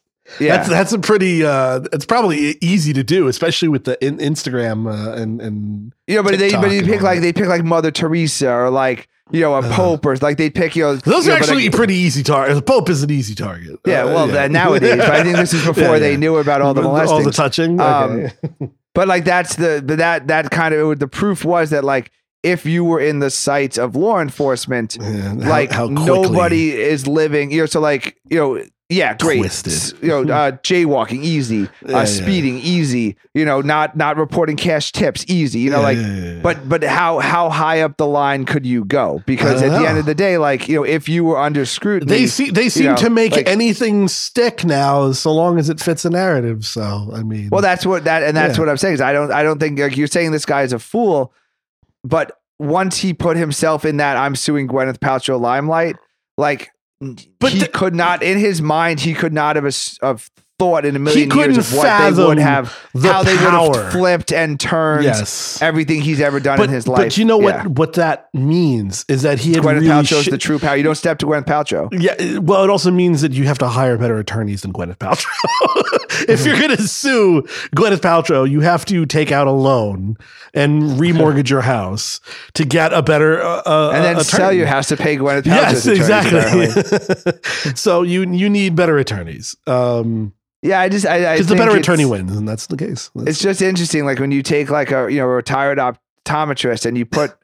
Speaker 2: Yeah,
Speaker 1: That's that's a pretty. Uh, it's probably e- easy to do, especially with the in- Instagram uh, and and.
Speaker 2: yeah, but they
Speaker 1: TikTok
Speaker 2: but you
Speaker 1: and
Speaker 2: pick
Speaker 1: all
Speaker 2: like
Speaker 1: that.
Speaker 2: they pick like Mother Teresa or like you know a pope or like they pick you know
Speaker 1: Uh-huh. Those
Speaker 2: you
Speaker 1: are
Speaker 2: know, but, like-
Speaker 1: actually pretty easy target. The Pope is an easy target.
Speaker 2: Yeah,
Speaker 1: Uh,
Speaker 2: well, that nowadays, but I think this is before they knew about all the
Speaker 1: all the
Speaker 2: molestings.
Speaker 1: touching.
Speaker 2: Um,
Speaker 1: Okay.
Speaker 2: but like that's the but that that kind of it, would- the proof was that like if you were in the sights of law enforcement,
Speaker 1: Yeah, how-
Speaker 2: like
Speaker 1: how quickly-
Speaker 2: nobody is living. You know, so like you know, yeah, great.
Speaker 1: Twisted.
Speaker 2: S- You know, uh, jaywalking easy,
Speaker 1: Yeah, yeah.
Speaker 2: uh, speeding easy. You know, not not reporting cash tips easy. You know,
Speaker 1: Yeah,
Speaker 2: like,
Speaker 1: yeah, yeah, yeah.
Speaker 2: but but how how high up the line could you go? Because
Speaker 1: I
Speaker 2: at
Speaker 1: don't
Speaker 2: the
Speaker 1: know.
Speaker 2: end of the day, like you know, if you were under scrutiny,
Speaker 1: They see they seem
Speaker 2: know,
Speaker 1: to make
Speaker 2: like-
Speaker 1: anything stick now, so long as it fits a narrative. So I mean,
Speaker 2: Well, that's what that and that's
Speaker 1: Yeah.
Speaker 2: what I'm saying is I don't I don't think like you're saying this guy is a fool, but once he put himself in that I'm suing Gwyneth Paltrow limelight, like
Speaker 1: But
Speaker 2: he
Speaker 1: the-
Speaker 2: could not in his mind he could not have as- of thought in a
Speaker 1: he
Speaker 2: million years
Speaker 1: couldn't
Speaker 2: of what
Speaker 1: fathom
Speaker 2: they would have
Speaker 1: the
Speaker 2: how they would
Speaker 1: power.
Speaker 2: have flipped and turned
Speaker 1: Yes.
Speaker 2: everything he's ever done in his life.
Speaker 1: But you know what?
Speaker 2: Yeah.
Speaker 1: What that means is that he had
Speaker 2: Gwyneth
Speaker 1: really
Speaker 2: Paltrow's
Speaker 1: shi-
Speaker 2: the true power. You don't step to Gwyneth Paltrow.
Speaker 1: Yeah, well, it also means that you have to hire better attorneys than Gwyneth Paltrow. if you're going to sue Gwyneth Paltrow, you have to take out a loan and remortgage your house to get a better uh, uh,
Speaker 2: And then
Speaker 1: attorney.
Speaker 2: sell your house to pay Gwyneth
Speaker 1: Yes,
Speaker 2: Paltrow's attorneys, apparently.
Speaker 1: exactly. so you you need better attorneys because
Speaker 2: Yeah, I just I, I
Speaker 1: the
Speaker 2: think
Speaker 1: better
Speaker 2: it's-
Speaker 1: attorney wins, and that's the case.
Speaker 2: it's just interesting like when you take like a you know a retired optometrist and you put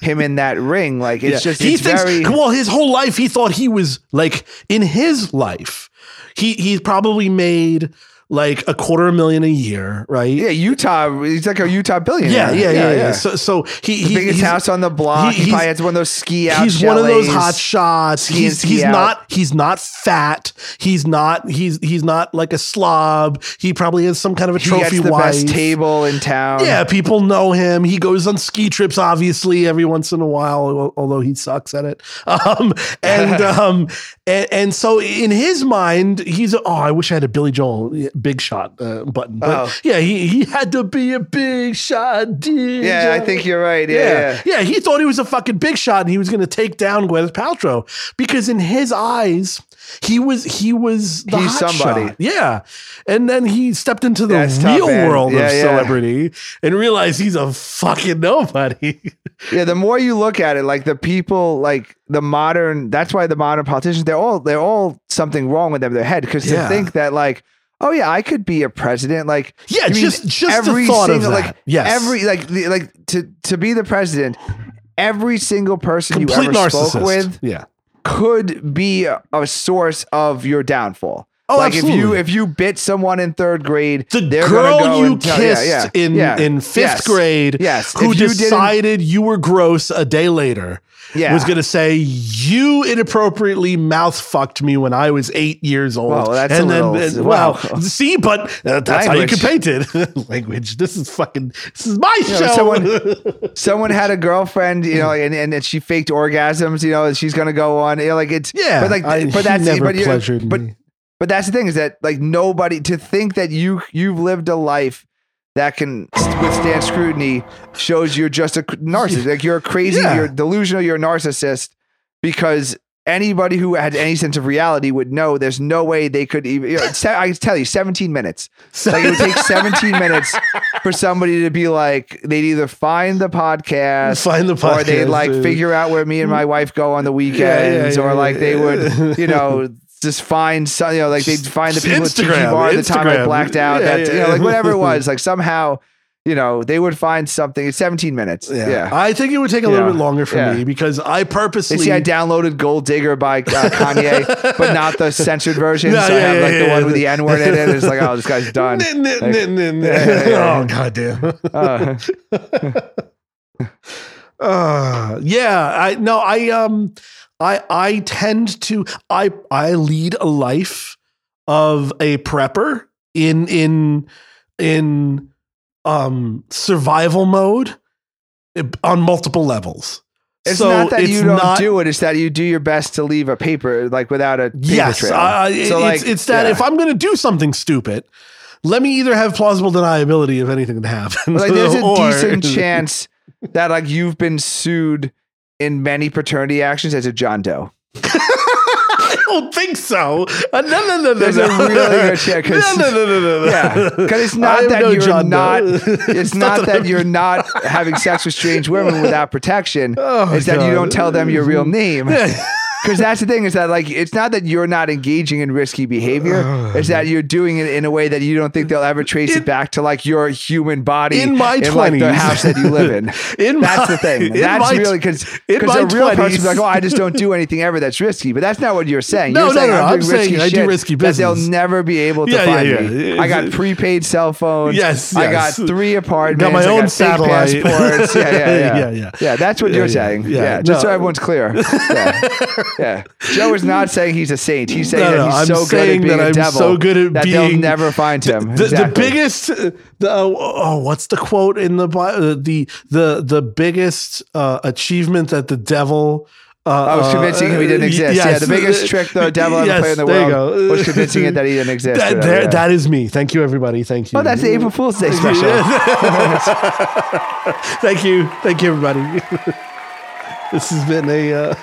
Speaker 2: him in that ring like it's
Speaker 1: Yeah.
Speaker 2: just
Speaker 1: he
Speaker 2: it's
Speaker 1: thinks
Speaker 2: very
Speaker 1: well his whole life he thought he was like in his life he he probably made like a quarter million a year right
Speaker 2: yeah utah he's like a utah billionaire
Speaker 1: yeah, yeah, yeah, yeah, So, so he, he
Speaker 2: biggest
Speaker 1: he's-
Speaker 2: house on the block
Speaker 1: he-
Speaker 2: he, probably
Speaker 1: he's-
Speaker 2: has one of those ski out
Speaker 1: he's one of those
Speaker 2: chalets.
Speaker 1: hot shots.
Speaker 2: and
Speaker 1: He's
Speaker 2: ski
Speaker 1: he's
Speaker 2: out.
Speaker 1: not he's not fat. He's not he's he's not like a slob. He probably has some kind of a
Speaker 2: he
Speaker 1: trophy
Speaker 2: gets the
Speaker 1: wife.
Speaker 2: best table in town
Speaker 1: Yeah, people know him. He goes on ski trips, obviously, every once in a while, al- although he sucks at it. Um, and, um, and and so in his mind, he's oh, I wish I had a Billy Joel big shot uh, button. But
Speaker 2: Oh.
Speaker 1: yeah, he, he had to be a big shot. Dude.
Speaker 2: yeah i think you're right yeah, yeah.
Speaker 1: Yeah. yeah, he thought he was a fucking big shot and he was going to take down Gwyneth Paltrow because in his eyes he was he was the
Speaker 2: He's
Speaker 1: hot
Speaker 2: somebody.
Speaker 1: shot. Yeah, and then he stepped into the
Speaker 2: That's tough,
Speaker 1: real
Speaker 2: man.
Speaker 1: world
Speaker 2: Yeah,
Speaker 1: of
Speaker 2: yeah.
Speaker 1: celebrity and realized he's a fucking nobody.
Speaker 2: Yeah, the more you look at it, like the people, like the modern. That's why the modern politicians, they're all they're all something wrong with them in their head because
Speaker 1: Yeah.
Speaker 2: to think that like. Oh yeah, I could be a president. Like
Speaker 1: Yeah,
Speaker 2: you mean
Speaker 1: just- just the thought of that.
Speaker 2: like
Speaker 1: Yes.
Speaker 2: every like the, like to to be the president, every single person
Speaker 1: Complete
Speaker 2: you ever spoke
Speaker 1: narcissist.
Speaker 2: with
Speaker 1: yeah,
Speaker 2: could be a, a source of your downfall.
Speaker 1: Oh,
Speaker 2: like if you
Speaker 1: absolutely.
Speaker 2: if you bit someone in third grade,
Speaker 1: the
Speaker 2: they're
Speaker 1: girl
Speaker 2: gonna go
Speaker 1: you
Speaker 2: and tell- yeah,
Speaker 1: kissed
Speaker 2: yeah,
Speaker 1: in
Speaker 2: yeah.
Speaker 1: in fifth
Speaker 2: Yes.
Speaker 1: grade,
Speaker 2: yes,
Speaker 1: who
Speaker 2: If you didn't-
Speaker 1: decided you were gross a day later.
Speaker 2: Yeah.
Speaker 1: Was going to say you inappropriately mouth fucked me when I was eight years old.
Speaker 2: Well, that's a little-
Speaker 1: and- uh,
Speaker 2: wow.
Speaker 1: well, see, but uh, that's
Speaker 2: Language.
Speaker 1: how you can paint it. Language. This is fucking. This is my
Speaker 2: know,
Speaker 1: show.
Speaker 2: someone- someone had a girlfriend, you know, and, and, and she faked orgasms, you know, and she's gonna go on, you know, like it's
Speaker 1: yeah,
Speaker 2: but like,
Speaker 1: I- he
Speaker 2: but that's
Speaker 1: never
Speaker 2: but, you-
Speaker 1: pleasured
Speaker 2: but
Speaker 1: me.
Speaker 2: but that's the thing is that like nobody to think that you you've lived a life that can withstand scrutiny shows you're just a narcissist, like you're a crazy,
Speaker 1: Yeah.
Speaker 2: you're delusional, you're a narcissist because. Anybody who had any sense of reality would know there's no way they could even. You know, se- I can tell you, 17 minutes. Like it would take 17 minutes for somebody to be like, they'd either find the podcast,
Speaker 1: Find the
Speaker 2: or they'd
Speaker 1: podcast,
Speaker 2: like
Speaker 1: yeah.
Speaker 2: figure out where me and my wife go on the weekends,
Speaker 1: yeah,
Speaker 2: or
Speaker 1: yeah,
Speaker 2: like they
Speaker 1: yeah.
Speaker 2: would, you know, just find some, you know, like they'd find the people at Tiki
Speaker 1: Instagram,
Speaker 2: Bar the time I
Speaker 1: Instagram.
Speaker 2: blacked out,
Speaker 1: Yeah,
Speaker 2: that,
Speaker 1: yeah,
Speaker 2: you know,
Speaker 1: yeah.
Speaker 2: like whatever it was, like somehow, you know, they would find something. It's 17 minutes. Yeah.
Speaker 1: I think it would take a little
Speaker 2: Yeah.
Speaker 1: bit longer for
Speaker 2: Yeah.
Speaker 1: me because I purposely
Speaker 2: they see, I downloaded Gold Digger by uh, Kanye, but not the censored version.
Speaker 1: No,
Speaker 2: so I
Speaker 1: yeah,
Speaker 2: have
Speaker 1: yeah,
Speaker 2: like the
Speaker 1: yeah,
Speaker 2: one
Speaker 1: yeah.
Speaker 2: with the N word in it. It's like, oh, this guy's done.
Speaker 1: Nah, nah,
Speaker 2: Like,
Speaker 1: nah, nah, nah.
Speaker 2: yeah, yeah, yeah.
Speaker 1: Oh goddamn.
Speaker 2: uh,
Speaker 1: Uh, yeah, I no, I um, I I tend to I I lead a life of a prepper in in in um survival mode eh, on multiple levels.
Speaker 2: It's not that you don't do it; it's that you do your best to leave a paper like without a paper
Speaker 1: yes,
Speaker 2: trail.
Speaker 1: uh, it-
Speaker 2: So,
Speaker 1: it's,
Speaker 2: like,
Speaker 1: it's that
Speaker 2: yeah.
Speaker 1: if I'm going to do something stupid, let me either have plausible deniability of anything that happens,
Speaker 2: like there's a
Speaker 1: or-
Speaker 2: decent chance that like you've been sued in many paternity actions as a John Doe.
Speaker 1: I don't think so. Uh, no, no, no, no.
Speaker 2: There's a
Speaker 1: no.
Speaker 2: really good chance, 'cause-
Speaker 1: No, no, no, no, no, no.
Speaker 2: Yeah, because it's
Speaker 1: I
Speaker 2: not
Speaker 1: am
Speaker 2: that
Speaker 1: no
Speaker 2: you're
Speaker 1: John
Speaker 2: not.
Speaker 1: Doe.
Speaker 2: It's not that you're not having sex with strange women without protection.
Speaker 1: Oh,
Speaker 2: it's that you
Speaker 1: God.
Speaker 2: don't tell them your real name. Because that's the thing is that like it's not that you're not engaging in risky behavior. it's that you're doing it in a way that you don't think they'll ever trace it, back to like your human body
Speaker 1: In my
Speaker 2: and, like the
Speaker 1: 20s.
Speaker 2: house that you live in.
Speaker 1: In
Speaker 2: that's
Speaker 1: my-
Speaker 2: the thing.
Speaker 1: in
Speaker 2: That's
Speaker 1: my-
Speaker 2: really because
Speaker 1: in
Speaker 2: because
Speaker 1: my
Speaker 2: a real person's
Speaker 1: 20s.
Speaker 2: like, oh, I just don't do anything ever that's risky. But that's not what you're saying.
Speaker 1: No,
Speaker 2: you're
Speaker 1: no,
Speaker 2: saying,
Speaker 1: no,
Speaker 2: I'm,
Speaker 1: I'm
Speaker 2: doing
Speaker 1: saying
Speaker 2: risky
Speaker 1: I do
Speaker 2: shit
Speaker 1: risky
Speaker 2: That
Speaker 1: business."
Speaker 2: they'll never be able to
Speaker 1: Yeah, yeah,
Speaker 2: find
Speaker 1: yeah.
Speaker 2: me. I got prepaid cell phones.
Speaker 1: Yes,
Speaker 2: I
Speaker 1: yes.
Speaker 2: got three apartments.
Speaker 1: Got my
Speaker 2: I
Speaker 1: own
Speaker 2: fake
Speaker 1: satellite.
Speaker 2: passports. Yeah, yeah, yeah,
Speaker 1: Yeah, yeah.
Speaker 2: That's what
Speaker 1: Yeah,
Speaker 2: you're
Speaker 1: yeah,
Speaker 2: saying.
Speaker 1: yeah.
Speaker 2: Yeah, just so
Speaker 1: No.
Speaker 2: everyone's clear. Yeah. yeah, Joe is not saying he's a saint. He's saying
Speaker 1: No,
Speaker 2: that
Speaker 1: no,
Speaker 2: he's
Speaker 1: I'm
Speaker 2: so good at
Speaker 1: saying
Speaker 2: being
Speaker 1: that
Speaker 2: a
Speaker 1: I'm
Speaker 2: devil
Speaker 1: so good at
Speaker 2: that they'll
Speaker 1: being-
Speaker 2: never find him.
Speaker 1: The,
Speaker 2: Exactly.
Speaker 1: the biggest, uh, the oh, oh, what's the quote in the Bi- uh, the the the biggest uh, achievement that the devil. Uh,
Speaker 2: I was convincing him he didn't
Speaker 1: uh,
Speaker 2: exist. Yeah,
Speaker 1: yes.
Speaker 2: the biggest trick the devil ever
Speaker 1: Yes,
Speaker 2: played in the
Speaker 1: there you
Speaker 2: world
Speaker 1: go.
Speaker 2: was convincing it that he didn't exist.
Speaker 1: That, there-
Speaker 2: or whatever, yeah.
Speaker 1: that is me. Thank you, everybody. Thank you.
Speaker 2: Oh, that's the April Fool's Day special.
Speaker 1: Thank you. Thank you, everybody. this has been a. Uh...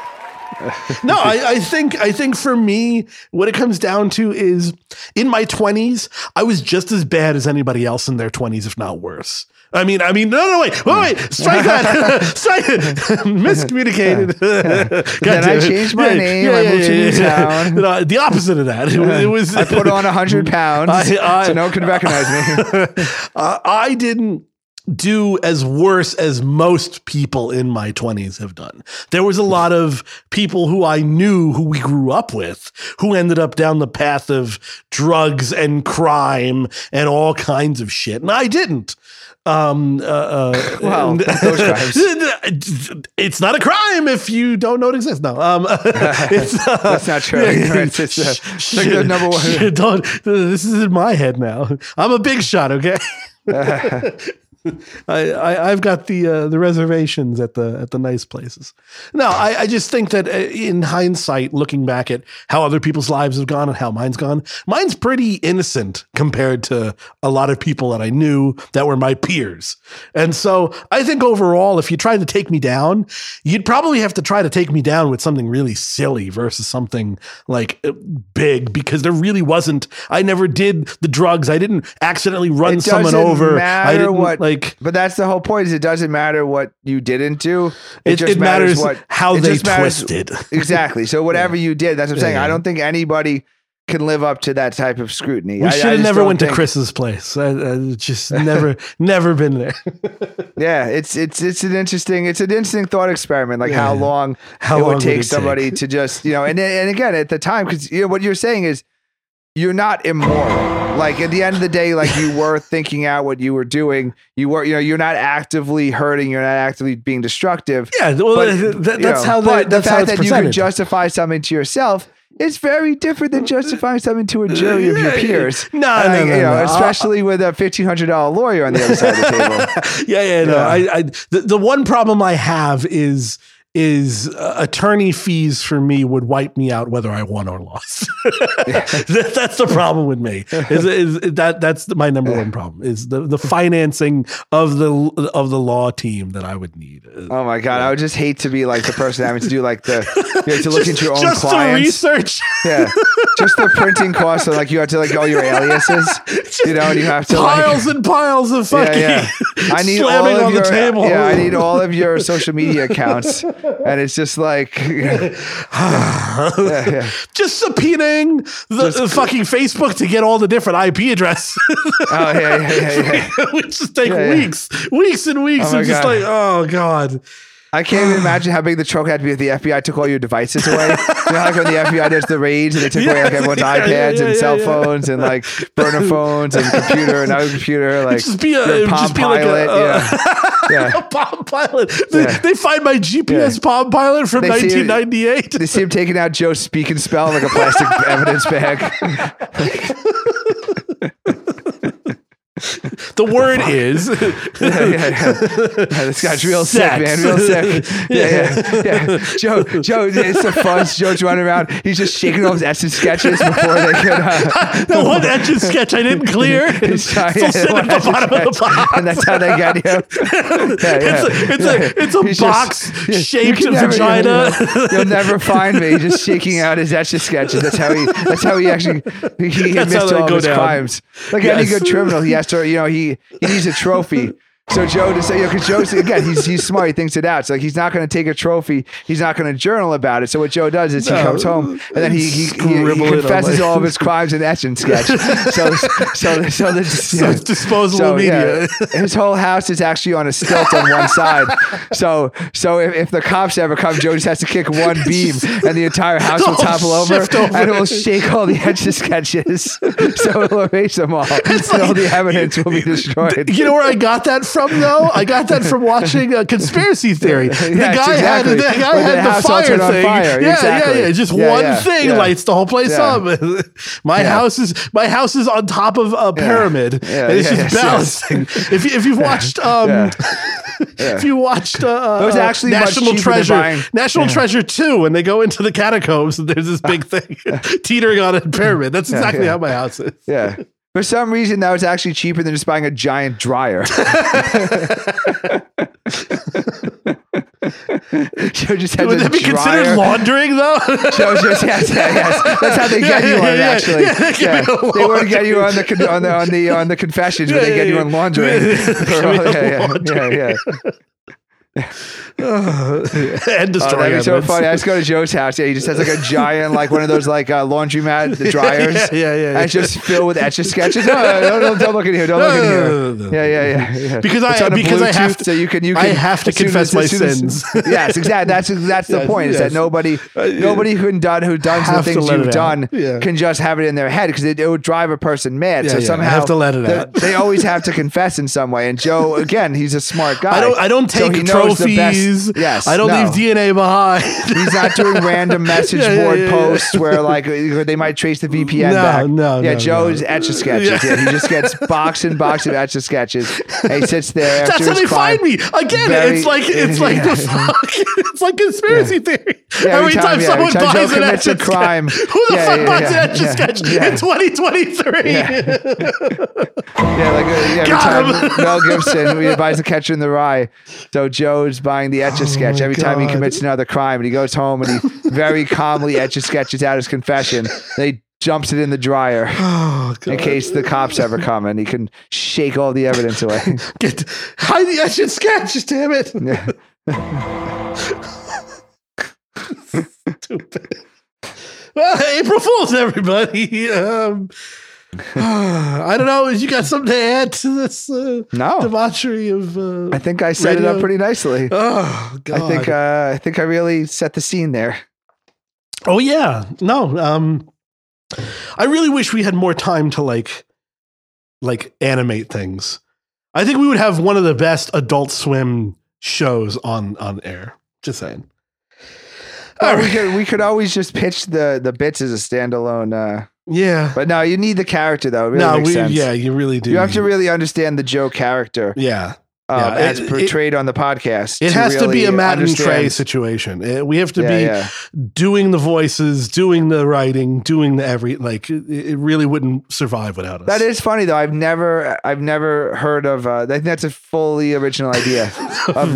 Speaker 1: no, I, I think I think for me, what it comes down to is in my twenties, I was just as bad as anybody else in their twenties, if not worse. I mean, I mean, no, no, wait, wait, wait, strike that, strike it, miscommunicated.
Speaker 2: Then I changed my name, I moved to New Town.
Speaker 1: No, the opposite of that. It, was- it was
Speaker 2: I put on 100 pounds
Speaker 1: I- I-
Speaker 2: so no one can recognize me.
Speaker 1: I, Uh, I didn't do as worse as most people in my 20s have done. There was a lot of people who I knew who we grew up with who ended up down the path of drugs and crime and all kinds of shit. And I didn't. Um, uh, uh,
Speaker 2: Wow,
Speaker 1: and-
Speaker 2: those crimes.
Speaker 1: it's not a crime if you don't know it exists. No, um, it's, uh,
Speaker 2: That's not true. Ignorance is, uh,
Speaker 1: Shh,
Speaker 2: like the
Speaker 1: shh,
Speaker 2: number one-
Speaker 1: shh, don't, this is in my head now. I'm a big shot. Okay. I, I I've got the uh, the reservations at the at the nice places. No, I, I just think that uh, in hindsight, looking back at how other people's lives have gone and how mine's gone, mine's pretty innocent compared to a lot of people that I knew that were my peers. And so I think overall, if you tried to take me down, you'd probably have to try to take me down with something really silly versus something like uh, big because there really wasn't. I never did the drugs. I didn't accidentally run
Speaker 2: It
Speaker 1: someone
Speaker 2: doesn't
Speaker 1: over. I
Speaker 2: matter
Speaker 1: didn't
Speaker 2: what,
Speaker 1: like.
Speaker 2: but that's the whole point. Is it doesn't matter what you didn't do.
Speaker 1: It- it matters how they twist it.
Speaker 2: exactly. So whatever you did, that's what I'm saying. I don't think anybody can live up to that type of scrutiny.
Speaker 1: We
Speaker 2: I- I
Speaker 1: should have
Speaker 2: just
Speaker 1: never
Speaker 2: don't
Speaker 1: went to
Speaker 2: think-
Speaker 1: Chris's place. I, I just never, never been there.
Speaker 2: Yeah, it's it's it's an interesting it's an interesting thought experiment. Like how
Speaker 1: Yeah.
Speaker 2: long
Speaker 1: How
Speaker 2: it
Speaker 1: long
Speaker 2: would
Speaker 1: would
Speaker 2: take
Speaker 1: it take?
Speaker 2: somebody to just you know, and and again at the time because you know what you're saying is you're not immoral. Like at the end of the day, like you were thinking out what you were doing. You were you know you're not actively hurting. You're not actively being destructive.
Speaker 1: Yeah, well,
Speaker 2: But,
Speaker 1: th- th-
Speaker 2: you
Speaker 1: that's how the-
Speaker 2: but the
Speaker 1: that's how
Speaker 2: fact
Speaker 1: it's
Speaker 2: that you can
Speaker 1: presented.
Speaker 2: justify something to yourself. is very different than justifying something to a jury of your
Speaker 1: Yeah, yeah.
Speaker 2: peers.
Speaker 1: No,
Speaker 2: And
Speaker 1: no,
Speaker 2: I-
Speaker 1: no, Uh,
Speaker 2: you know,
Speaker 1: no.
Speaker 2: especially with a fifteen hundred dollar lawyer on the other side of the table.
Speaker 1: yeah, yeah, no. I, I the, the one problem I have is is uh, attorney fees for me would wipe me out whether I won or lost. That- that's the problem with me. Is, is that that's my number one problem is the, the financing of the of the law team that I would need.
Speaker 2: Oh my god, I would just hate to be like the person having to do like the you know, to look into your own
Speaker 1: just the
Speaker 2: clients.
Speaker 1: research.
Speaker 2: Yeah, just the printing costs. So like you have to like all your aliases, you know, and you have to like.
Speaker 1: piles and piles of fucking
Speaker 2: Yeah, yeah. I need all
Speaker 1: slamming
Speaker 2: of
Speaker 1: on
Speaker 2: your
Speaker 1: the table.
Speaker 2: yeah. I need all of your social media accounts, and it's just like
Speaker 1: just subpoenaing the the fucking Facebook to get all the different IP addresses.
Speaker 2: oh yeah, yeah, yeah, yeah.
Speaker 1: we just take
Speaker 2: Yeah, yeah.
Speaker 1: weeks, weeks and weeks
Speaker 2: Oh my
Speaker 1: of just
Speaker 2: God.
Speaker 1: like, oh god.
Speaker 2: I can't even imagine how big the trouble had to be if the FBI took all your devices away. you know, like when the FBI does the raids and they took away like
Speaker 1: Yes,
Speaker 2: everyone's
Speaker 1: yeah, yeah,
Speaker 2: iPads
Speaker 1: yeah,
Speaker 2: and
Speaker 1: yeah,
Speaker 2: cell
Speaker 1: yeah.
Speaker 2: phones and like burner phones and computer and other computer, like
Speaker 1: just be a-
Speaker 2: your
Speaker 1: it'd
Speaker 2: Palm
Speaker 1: just be like a-
Speaker 2: Pilot.
Speaker 1: uh, A
Speaker 2: yeah. yeah.
Speaker 1: bomb pilot. They,
Speaker 2: Yeah.
Speaker 1: they find my GPS
Speaker 2: Yeah.
Speaker 1: bomb pilot from
Speaker 2: They see it-
Speaker 1: 1998.
Speaker 2: They see him taking out Joe's speak and spell like a plastic evidence bag.
Speaker 1: the word is
Speaker 2: yeah, yeah, yeah. Yeah, this guy's real
Speaker 1: Sex.
Speaker 2: sick, man. Real sick. Yeah, yeah, yeah. Joe, Joe, it's the fun. Joe's running around. He's just shaking off his essence sketches before they could. Uh,
Speaker 1: the one etch and sketch I didn't clear. It's still
Speaker 2: decide-
Speaker 1: sitting at the
Speaker 2: Essence
Speaker 1: bottom of the
Speaker 2: sketch.
Speaker 1: box.
Speaker 2: And that's how they got him. Yeah, yeah.
Speaker 1: It's a- it's a- it's a
Speaker 2: He's
Speaker 1: box
Speaker 2: yeah,
Speaker 1: shaped
Speaker 2: you can
Speaker 1: vagina.
Speaker 2: You'll, you'll never find me. He's Just shaking out his etch sketches. That's how he. That's how he actually. He, he
Speaker 1: That's how
Speaker 2: missed
Speaker 1: they
Speaker 2: all of
Speaker 1: go
Speaker 2: his
Speaker 1: down.
Speaker 2: crimes. Like any
Speaker 1: Yes.
Speaker 2: good criminal, he has to. You know, he he needs a trophy. So Joe to say, you know, because Joe again, he's he's smart. He thinks it out. So like he's not going to take a trophy. He's not going to journal about it. So what Joe does is he
Speaker 1: No.
Speaker 2: comes home and then he he, he, he
Speaker 1: Scribble it on
Speaker 2: confesses
Speaker 1: my-
Speaker 2: all of his crimes in etch and sketch. So so so the
Speaker 1: So it's disposable media.
Speaker 2: his whole house is actually on a stilt on one side. So so if, if the cops ever come, Joe just has to kick one beam and the entire house will
Speaker 1: It'll
Speaker 2: topple over,
Speaker 1: shift over.
Speaker 2: and it will shake all the etch and sketches. so it'll erase them all. and all the evidence will be destroyed.
Speaker 1: You know where I got that from, though? I got that from watching uh, Conspiracy Theory. The
Speaker 2: Yes,
Speaker 1: guy
Speaker 2: exactly.
Speaker 1: had the guy
Speaker 2: When the
Speaker 1: had the,
Speaker 2: house all
Speaker 1: fire
Speaker 2: turned on
Speaker 1: thing.
Speaker 2: fire,
Speaker 1: Yeah,
Speaker 2: exactly.
Speaker 1: yeah, yeah. Just
Speaker 2: Yeah,
Speaker 1: one
Speaker 2: yeah,
Speaker 1: thing
Speaker 2: yeah.
Speaker 1: lights the whole place
Speaker 2: Yeah.
Speaker 1: up. my
Speaker 2: Yeah.
Speaker 1: house is my house is on top of a pyramid,
Speaker 2: Yeah,
Speaker 1: and it's
Speaker 2: yeah,
Speaker 1: just
Speaker 2: yes, yes.
Speaker 1: balancing. If you, if you've watched um,
Speaker 2: Yeah.
Speaker 1: if you watched uh,
Speaker 2: Those
Speaker 1: uh,
Speaker 2: actually much
Speaker 1: National
Speaker 2: cheaper than
Speaker 1: Treasure,
Speaker 2: buying-
Speaker 1: National Treasure Two, when they go into the catacombs, and there's this big thing teetering on a pyramid. That's exactly
Speaker 2: yeah.
Speaker 1: how my house is.
Speaker 2: Yeah. For some reason, that was actually cheaper than just buying a giant dryer. Joe just had
Speaker 1: Would
Speaker 2: a
Speaker 1: that be
Speaker 2: dryer.
Speaker 1: considered laundering though?
Speaker 2: Joe just yes, yes, yes. That's how they get you
Speaker 1: Yeah,
Speaker 2: on it.
Speaker 1: yeah,
Speaker 2: Actually,
Speaker 1: yeah, they get
Speaker 2: Yeah.
Speaker 1: you on
Speaker 2: they want to get you on the
Speaker 1: laundry.
Speaker 2: con- on the on the on the confessions, but
Speaker 1: Yeah,
Speaker 2: they get
Speaker 1: yeah,
Speaker 2: you on
Speaker 1: yeah.
Speaker 2: laundering.
Speaker 1: Yeah, they get me on
Speaker 2: yeah, yeah,
Speaker 1: laundering.
Speaker 2: yeah.
Speaker 1: and
Speaker 2: Oh,
Speaker 1: destroying
Speaker 2: that'd be so
Speaker 1: evidence.
Speaker 2: funny. I just go to Joe's house. Yeah, he just has like a giant, like one of those like uh, laundromat the dryers.
Speaker 1: yeah, yeah, yeah.
Speaker 2: And it's just filled with etch a sketches. No, no, no, no, don't look in here. Don't
Speaker 1: No,
Speaker 2: look in
Speaker 1: no,
Speaker 2: here.
Speaker 1: no, no, no.
Speaker 2: Yeah, yeah, yeah, yeah.
Speaker 1: Because
Speaker 2: It's
Speaker 1: I-
Speaker 2: on a
Speaker 1: because I have
Speaker 2: Bluetooth,
Speaker 1: to-
Speaker 2: so you can you
Speaker 1: I
Speaker 2: can.
Speaker 1: have to
Speaker 2: as soon
Speaker 1: confess
Speaker 2: as-
Speaker 1: my
Speaker 2: as soon as-
Speaker 1: sins.
Speaker 2: yes, exactly. That's that's the
Speaker 1: Yes,
Speaker 2: point. Is
Speaker 1: yes.
Speaker 2: that nobody
Speaker 1: Uh, yeah.
Speaker 2: nobody who done who done the
Speaker 1: Have to
Speaker 2: things
Speaker 1: let
Speaker 2: you've
Speaker 1: it out.
Speaker 2: done
Speaker 1: Yeah.
Speaker 2: can just have it in their head because it, it would drive a person mad.
Speaker 1: Yeah,
Speaker 2: so
Speaker 1: yeah.
Speaker 2: somehow
Speaker 1: Have to let it
Speaker 2: the-
Speaker 1: out.
Speaker 2: They always have to confess in some way. And Joe, again, he's a smart guy.
Speaker 1: I don't. I don't
Speaker 2: So
Speaker 1: take
Speaker 2: he knows the best-
Speaker 1: trophies.
Speaker 2: Yes,
Speaker 1: I don't
Speaker 2: no.
Speaker 1: leave DNA behind.
Speaker 2: He's not doing random message
Speaker 1: Yeah, yeah,
Speaker 2: board
Speaker 1: yeah, yeah.
Speaker 2: posts where like they might trace the VPN
Speaker 1: No,
Speaker 2: back.
Speaker 1: no,
Speaker 2: yeah,
Speaker 1: no,
Speaker 2: Joe's
Speaker 1: no.
Speaker 2: etch a sketches.
Speaker 1: Yeah.
Speaker 2: Yeah. he just gets box and box of etch a sketches. And he sits there.
Speaker 1: That's
Speaker 2: after
Speaker 1: how
Speaker 2: his
Speaker 1: they
Speaker 2: crime.
Speaker 1: find me again.
Speaker 2: Very-
Speaker 1: it's like it's like the
Speaker 2: yeah.
Speaker 1: fuck. It's like conspiracy theory.
Speaker 2: Yeah,
Speaker 1: every, time,
Speaker 2: yeah,
Speaker 1: someone
Speaker 2: every time Joe
Speaker 1: buys an etch
Speaker 2: commits a
Speaker 1: a
Speaker 2: crime.
Speaker 1: sketch, who the
Speaker 2: Yeah,
Speaker 1: fuck
Speaker 2: yeah,
Speaker 1: buys
Speaker 2: yeah,
Speaker 1: an etch a
Speaker 2: yeah,
Speaker 1: sketch
Speaker 2: yeah.
Speaker 1: in 2023?
Speaker 2: Yeah. Yeah, like uh, yeah, every
Speaker 1: Got
Speaker 2: time Mel Gibson he buys a catcher in the rye. So Joe's buying the etch a sketch
Speaker 1: Oh my
Speaker 2: every time he
Speaker 1: God.
Speaker 2: commits another crime, and he goes home and he very calmly etch a sketches out his confession. Then he jumps it in the dryer
Speaker 1: Oh,
Speaker 2: in
Speaker 1: God.
Speaker 2: case the cops ever come, and he can shake all the evidence away.
Speaker 1: Get, hide the etch a sketch. Damn it.
Speaker 2: Yeah.
Speaker 1: Stupid. Well, April Fools, everybody. Um, I don't know. You got something to add to this uh,
Speaker 2: No.
Speaker 1: debauchery of? Uh,
Speaker 2: I think I set it
Speaker 1: Radio-
Speaker 2: up pretty nicely.
Speaker 1: Oh God!
Speaker 2: I think uh, I think I really set the scene there.
Speaker 1: oh yeah. No. Um, I really wish we had more time to like, like animate things. I think we would have one of the best Adult Swim shows on on air. Just saying.
Speaker 2: Well,
Speaker 1: All
Speaker 2: we
Speaker 1: right.
Speaker 2: could we could always just pitch the the bits as a standalone. Uh,
Speaker 1: Yeah.
Speaker 2: but no, you need the character though. It really
Speaker 1: no.
Speaker 2: makes
Speaker 1: We,
Speaker 2: sense.
Speaker 1: yeah. You really do.
Speaker 2: You have to really understand the Joe character
Speaker 1: Yeah. Yeah,
Speaker 2: uh, as
Speaker 1: it-
Speaker 2: portrayed on the podcast.
Speaker 1: It has to be
Speaker 2: really
Speaker 1: a Matt and Trey
Speaker 2: understand-
Speaker 1: situation. It- we have to
Speaker 2: Yeah,
Speaker 1: be
Speaker 2: yeah.
Speaker 1: doing the voices, doing the writing, doing the every. Like it, it really wouldn't survive without us.
Speaker 2: That is funny though. I've never, I've never heard of. Uh, I think that's a fully original idea of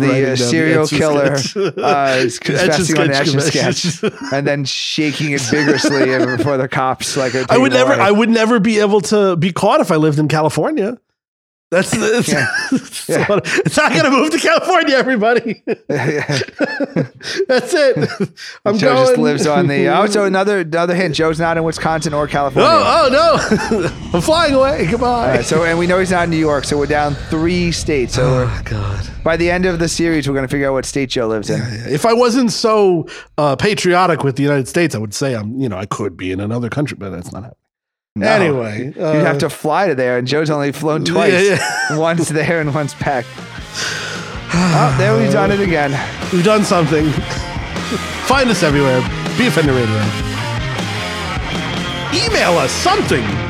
Speaker 1: Writing
Speaker 2: the
Speaker 1: down
Speaker 2: uh,
Speaker 1: the
Speaker 2: serial
Speaker 1: etch a
Speaker 2: killer
Speaker 1: sketch.
Speaker 2: uh, is confessing on an
Speaker 1: Etch
Speaker 2: etch
Speaker 1: a
Speaker 2: a
Speaker 1: sketch
Speaker 2: sketch
Speaker 1: confessions.
Speaker 2: and then shaking it vigorously before the cops. Like are
Speaker 1: I would
Speaker 2: taking
Speaker 1: never.
Speaker 2: away.
Speaker 1: I would never be able to be caught if I lived in California. That's it's,
Speaker 2: Yeah.
Speaker 1: it's
Speaker 2: Yeah.
Speaker 1: what- it's not going to move to California, everybody.
Speaker 2: Yeah.
Speaker 1: That's it. I'm
Speaker 2: Joe
Speaker 1: going.
Speaker 2: just lives on the. uh, Also, another another hint. Joe's not in Wisconsin or California.
Speaker 1: Oh, oh no! I'm flying away. Goodbye.
Speaker 2: All right, so and we know he's not in New York, so we're down three states. So we're-
Speaker 1: oh God.
Speaker 2: by the end of the series, we're going to figure out what state Joe lives in.
Speaker 1: If I wasn't so uh, patriotic with the United States, I would say I'm, you know, I could be in another country, but that's not happening.
Speaker 2: No.
Speaker 1: Anyway, uh,
Speaker 2: You'd have to fly to there, and Joe's only flown
Speaker 1: Yeah,
Speaker 2: twice.
Speaker 1: yeah.
Speaker 2: once there and once back. Oh, there we've done it again.
Speaker 1: We've done something. Find us everywhere. Be offender radio. Email us something.